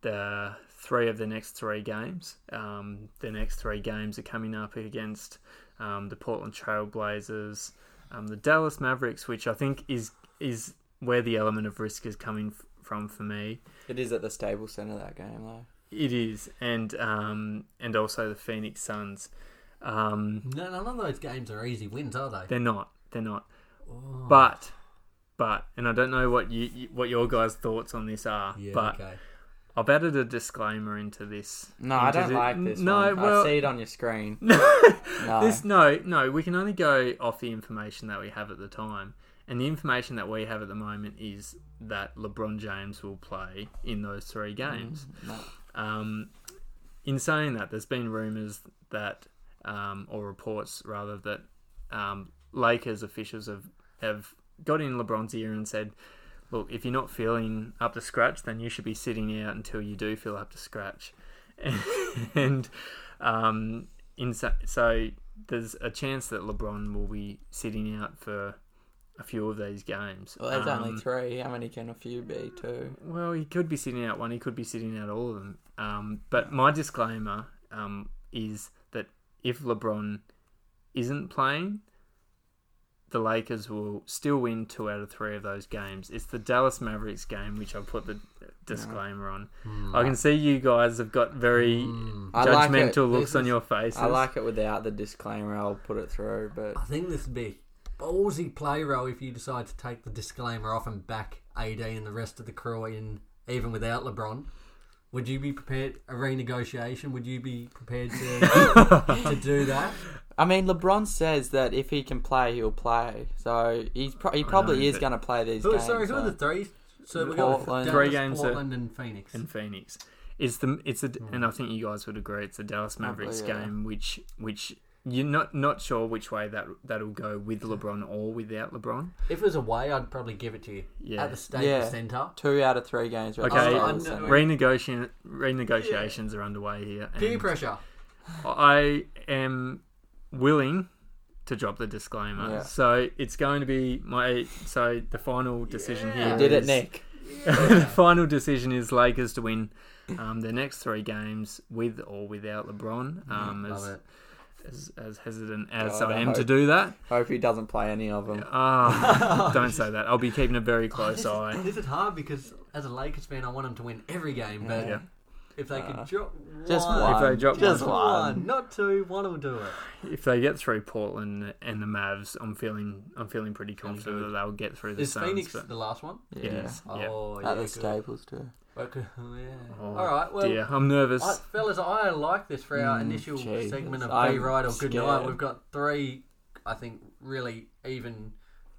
Speaker 3: the three of the next three games. Um, the next three games are coming up against um, the Portland Trailblazers, um, the Dallas Mavericks, which I think is is where the element of risk is coming f- from for me.
Speaker 4: It is at the stable center that game though.
Speaker 3: It is, and um, and also the Phoenix Suns. Um,
Speaker 2: No, none of those games are easy wins, are they?
Speaker 3: they're not. They're not.
Speaker 4: Oh.
Speaker 3: But but and I don't know what you you- what your guys' thoughts on this are,
Speaker 2: Yeah.
Speaker 3: but
Speaker 2: okay.
Speaker 3: I've added a disclaimer into this.
Speaker 4: No, I
Speaker 3: into
Speaker 4: don't
Speaker 3: the-
Speaker 4: like this.
Speaker 3: No,
Speaker 4: one.
Speaker 3: well,
Speaker 4: I see it on your screen. no.
Speaker 3: This no, no. We can only go off the information that we have at the time, and the information that we have at the moment is that LeBron James will play in those three games.
Speaker 4: no.
Speaker 3: Um, in saying that, there's been rumours that, um, or reports rather, that um, Lakers officials have have got in LeBron's ear and said, "Look, if you're not feeling up to scratch, then you should be sitting out until you do feel up to scratch." and um, in so, so there's a chance that LeBron will be sitting out for a few of these games.
Speaker 4: Well, there's
Speaker 3: Um,
Speaker 4: only three. How many can a few be? Two.
Speaker 3: well, he could be sitting out one. He could be sitting out all of them. Um, but my disclaimer um, is that if LeBron isn't playing, the Lakers will still win two out of three of those games. It's the Dallas Mavericks game, which I put the disclaimer on. I can see you guys have got very
Speaker 4: I like it.
Speaker 3: judgmental looks
Speaker 4: This
Speaker 3: on
Speaker 4: is-
Speaker 3: your faces.
Speaker 4: I like it without the disclaimer. I'll put it through, but
Speaker 2: I think this would be ballsy play row if you decide to take the disclaimer off and back AD and the rest of the crew in, even without LeBron. Would you be prepared a renegotiation? Would you be prepared to to do that?
Speaker 4: I mean, LeBron says that if he can play, he'll play. So he's pro- he probably
Speaker 3: know,
Speaker 4: is
Speaker 3: but-
Speaker 4: going to play these
Speaker 2: Who,
Speaker 4: games.
Speaker 2: sorry, who are
Speaker 4: so-
Speaker 2: the three? So we got
Speaker 4: Portland.
Speaker 2: Dallas,
Speaker 4: Three
Speaker 3: games that-
Speaker 2: Portland, and Phoenix.
Speaker 3: and Phoenix. It's the it's the and I think you guys would agree it's the Dallas Mavericks
Speaker 4: yeah.
Speaker 3: game, which which you're not not sure which way that that'll go with LeBron or without LeBron.
Speaker 2: If it was away, I'd probably give it to you
Speaker 3: Yeah.
Speaker 2: at the Staples
Speaker 4: Yeah.
Speaker 2: Center.
Speaker 4: Two out of three games. were at
Speaker 3: Okay,
Speaker 4: the start of the
Speaker 2: I know.
Speaker 4: season.
Speaker 3: renegotiation renegotiations are underway here.
Speaker 2: Peer
Speaker 3: and
Speaker 2: pressure.
Speaker 3: I am willing to drop the disclaimer.
Speaker 4: Yeah.
Speaker 3: So it's going to be my so the final decision
Speaker 2: Yeah.
Speaker 3: here.
Speaker 4: Did it,
Speaker 3: is-
Speaker 4: Nick?
Speaker 3: the final decision is Lakers to win um, their next three games with or without LeBron.
Speaker 4: Mm-hmm.
Speaker 3: Um,
Speaker 2: Love
Speaker 3: as,
Speaker 2: it.
Speaker 3: as, as hesitant as
Speaker 4: God,
Speaker 3: I
Speaker 4: I
Speaker 3: am to
Speaker 4: hope-
Speaker 3: do that.
Speaker 4: Hope he doesn't play any of them.
Speaker 3: Ah, don't say that. I'll be keeping a very close
Speaker 2: Oh, This is,
Speaker 3: eye.
Speaker 2: this is hard because as a Lakers fan, I want them to win every game. But
Speaker 3: Yeah.
Speaker 2: if they could
Speaker 4: Uh,
Speaker 2: drop
Speaker 4: Just
Speaker 2: one,
Speaker 4: one.
Speaker 3: If they drop
Speaker 4: just
Speaker 2: Just
Speaker 4: one.
Speaker 2: one, not two. One will do it.
Speaker 3: If they get through Portland and the Mavs, I'm feeling I'm feeling pretty confident that they'll get through the
Speaker 2: Is
Speaker 3: Suns.
Speaker 2: Phoenix
Speaker 3: but
Speaker 2: the last one?
Speaker 4: Yeah.
Speaker 3: it is. yeah.
Speaker 2: Oh, yeah.
Speaker 4: At the
Speaker 2: good.
Speaker 4: Staples too.
Speaker 2: Okay, oh, yeah.
Speaker 3: Oh,
Speaker 2: All right. Well,
Speaker 3: dear, I'm nervous.
Speaker 2: I, fellas, I like this for our
Speaker 4: Mm,
Speaker 2: initial
Speaker 4: Jesus,
Speaker 2: segment of
Speaker 4: I'm
Speaker 2: B Ride or Good Night.
Speaker 4: scared.
Speaker 2: We've got three, I think, really even.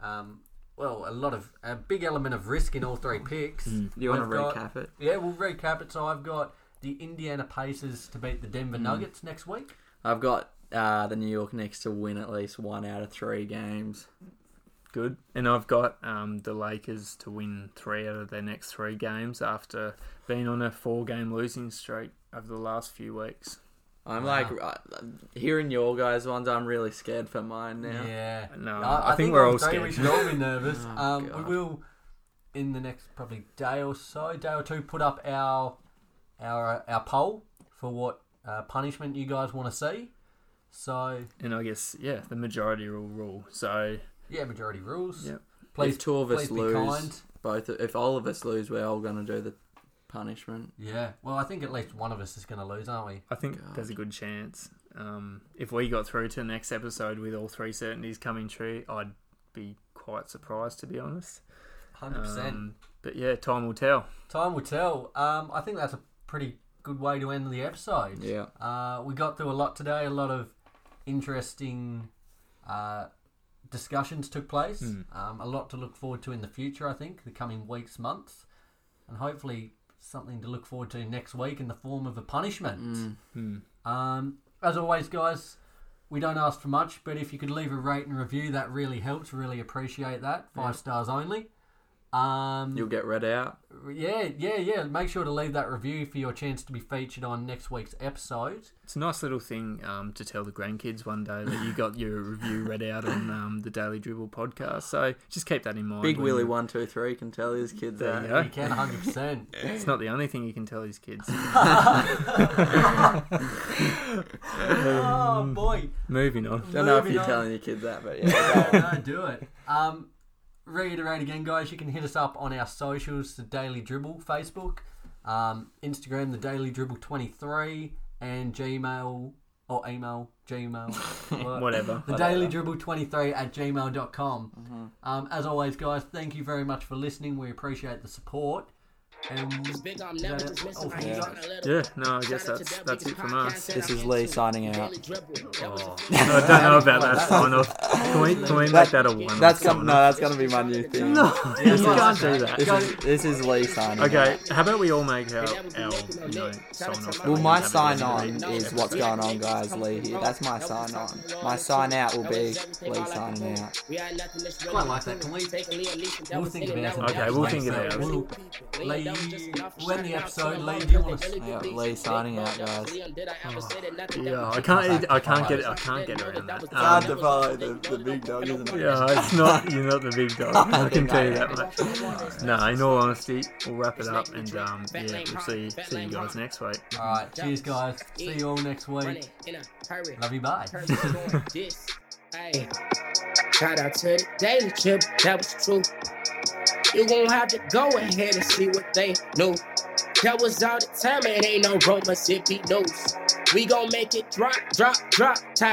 Speaker 2: Um, well, a lot of a big element of risk in all three picks.
Speaker 3: Mm.
Speaker 4: You want to
Speaker 2: We've got-
Speaker 4: recap it?
Speaker 2: Yeah, we'll recap it. So I've got the Indiana Pacers to beat the Denver
Speaker 3: Hmm.
Speaker 2: Nuggets next week.
Speaker 4: I've got uh, the New York Knicks to win at least one out of three games.
Speaker 3: Good. And I've got um, the Lakers to win three out of their next three games after being on a four-game losing streak over the last few weeks.
Speaker 4: I'm
Speaker 2: Wow.
Speaker 4: like uh, hearing your guys' ones. I'm really scared for mine now.
Speaker 2: Yeah.
Speaker 3: No,
Speaker 2: No,
Speaker 3: I, think, we're
Speaker 2: on
Speaker 3: all
Speaker 2: Friday
Speaker 3: scared.
Speaker 2: We should all be nervous.
Speaker 4: Oh,
Speaker 2: um, we
Speaker 4: God.
Speaker 2: will, in the next probably day or so, day or two, put up our our uh, our poll for what uh, punishment you guys want to see. So
Speaker 3: and I guess yeah, the majority will rule. So
Speaker 2: yeah, majority rules.
Speaker 3: Yep.
Speaker 2: Please,
Speaker 4: if two of us
Speaker 2: please
Speaker 4: lose,
Speaker 2: be kind.
Speaker 4: both if all of us lose, we're all going to do the punishment.
Speaker 2: Yeah. Well, I think at least one of us is going to lose, aren't we?
Speaker 3: I think
Speaker 4: God.
Speaker 3: there's a good chance. Um, if we got through to the next episode with all three certainties coming true, I'd be quite surprised to be honest.
Speaker 2: Hundred percent.
Speaker 3: Um, but yeah, time will tell.
Speaker 2: Time will tell. Um, I think that's a pretty good way to end the episode.
Speaker 4: Yeah.
Speaker 2: Uh, we got through a lot today. A lot of interesting uh, discussions took place. Um, a lot to look forward to in the future, I think, the coming weeks, months, and hopefully something to look forward to next week in the form of a punishment. Um, as always, guys, we don't ask for much, but if you could leave a rate and review, that really helps. Really appreciate that. Five stars only. Um,
Speaker 4: You'll get read out.
Speaker 2: yeah, yeah, yeah. Make sure to leave that review for your chance to be featured on next week's episode.
Speaker 3: It's a nice little thing um, to tell the grandkids one day that you got your review read out on um, the Daily Dribble podcast. So just keep that in mind.
Speaker 4: Big
Speaker 3: when
Speaker 4: Willie
Speaker 3: you-
Speaker 4: one two three can tell his kids
Speaker 3: There
Speaker 4: that.
Speaker 3: you go.
Speaker 2: You can 100%.
Speaker 3: It's not the only thing you can tell these kids.
Speaker 2: oh, boy.
Speaker 3: Moving on.
Speaker 4: Don't know if
Speaker 2: Moving
Speaker 4: you're
Speaker 2: on.
Speaker 4: telling your kid that, but yeah.
Speaker 2: Oh, no, do it. Um, reiterate again, guys, you can hit us up on our socials, the Daily Dribble Facebook, um, Instagram, the Daily Dribble 23, and Gmail, or email, Gmail, what-
Speaker 3: Whatever.
Speaker 2: The Daily Dribble 23 at gmail.com. Um, as always, guys, thank you very much for listening. We appreciate the support. And
Speaker 1: It's big arm never
Speaker 2: that it?
Speaker 1: dismissing
Speaker 2: Oh,
Speaker 1: my
Speaker 4: yeah.
Speaker 1: hands on a little.
Speaker 3: Yeah, no, I guess
Speaker 1: Shout out to
Speaker 3: that's
Speaker 1: Dub
Speaker 3: that's it
Speaker 1: Biggest
Speaker 3: from
Speaker 1: Podcast
Speaker 3: us.
Speaker 1: that
Speaker 4: This
Speaker 1: I'm
Speaker 4: is Lee
Speaker 1: into,
Speaker 4: signing
Speaker 1: Daily
Speaker 4: out.
Speaker 1: Dribble. That was a
Speaker 3: Oh.
Speaker 1: few-
Speaker 3: No, I don't know about that sign off. Can we, can we make that a one?
Speaker 4: That's gonna, no, that's gonna be my new thing.
Speaker 3: No, you can't
Speaker 2: that's
Speaker 3: do
Speaker 2: right.
Speaker 3: that.
Speaker 4: This is this is Lee signing. out.
Speaker 3: Okay, how about we all make our,
Speaker 1: that was
Speaker 3: our
Speaker 1: making no
Speaker 3: you know,
Speaker 1: noise. Shout out
Speaker 3: sign
Speaker 1: to
Speaker 3: off?
Speaker 1: my
Speaker 4: Well, my
Speaker 1: Yeah,
Speaker 4: sign
Speaker 1: but
Speaker 4: on
Speaker 1: it's
Speaker 4: is
Speaker 1: really-
Speaker 4: what's
Speaker 1: Yeah,
Speaker 4: going
Speaker 1: but
Speaker 4: on,
Speaker 1: it's
Speaker 4: guys.
Speaker 1: coming
Speaker 4: Lee
Speaker 1: from
Speaker 4: here.
Speaker 1: home.
Speaker 4: That's my
Speaker 1: That was
Speaker 4: sign on.
Speaker 1: something wrong
Speaker 4: My
Speaker 1: with
Speaker 4: sign
Speaker 1: you.
Speaker 4: out will
Speaker 1: That was
Speaker 4: be
Speaker 1: everything all
Speaker 4: Lee
Speaker 1: I could
Speaker 4: signing
Speaker 1: do.
Speaker 4: out.
Speaker 1: We had nothing that's
Speaker 2: Quite
Speaker 1: really
Speaker 2: like
Speaker 1: cool.
Speaker 2: that. Can we-
Speaker 1: Take a Lee and Leash and that
Speaker 2: We'll
Speaker 1: was
Speaker 2: think
Speaker 1: it, and
Speaker 2: about
Speaker 1: that
Speaker 2: it.
Speaker 1: was
Speaker 3: Okay, we'll
Speaker 1: it.
Speaker 3: think about it.
Speaker 1: We'll-
Speaker 2: Lee,
Speaker 1: Lee, that was just enough to
Speaker 2: when
Speaker 1: shut
Speaker 2: the
Speaker 1: it out
Speaker 2: episode,
Speaker 1: so
Speaker 2: Lee,
Speaker 1: long
Speaker 2: do you
Speaker 1: that
Speaker 2: wanna-
Speaker 1: they really
Speaker 4: Yeah,
Speaker 1: believed
Speaker 4: Lee
Speaker 1: it.
Speaker 4: signing out,
Speaker 1: That was
Speaker 4: guys.
Speaker 1: Leon. Did I ever say that nothing that
Speaker 3: Yeah,
Speaker 1: was
Speaker 3: I can't.
Speaker 2: Alright.
Speaker 3: I can't get. I
Speaker 1: Alright.
Speaker 3: can't get around that.
Speaker 1: It's
Speaker 4: Uh,
Speaker 3: Um,
Speaker 1: hard to follow the- the big dog, isn't it?
Speaker 3: yeah, it's not. You're not the big dog. I can tell you that much. No, in all honesty, we'll wrap it up and um, yeah, we'll see see you guys next week.
Speaker 2: all right, cheers, guys. See you all next week.
Speaker 1: Running in a hurry.
Speaker 2: Love you. Bye.
Speaker 1: Curse is going. This Damn. Shout out to the Daily Trip, that was true. You gon' have to go ahead and see what they knew. That was all the time, it ain't no romance, it be news. We gon' make it drop, drop, drop, time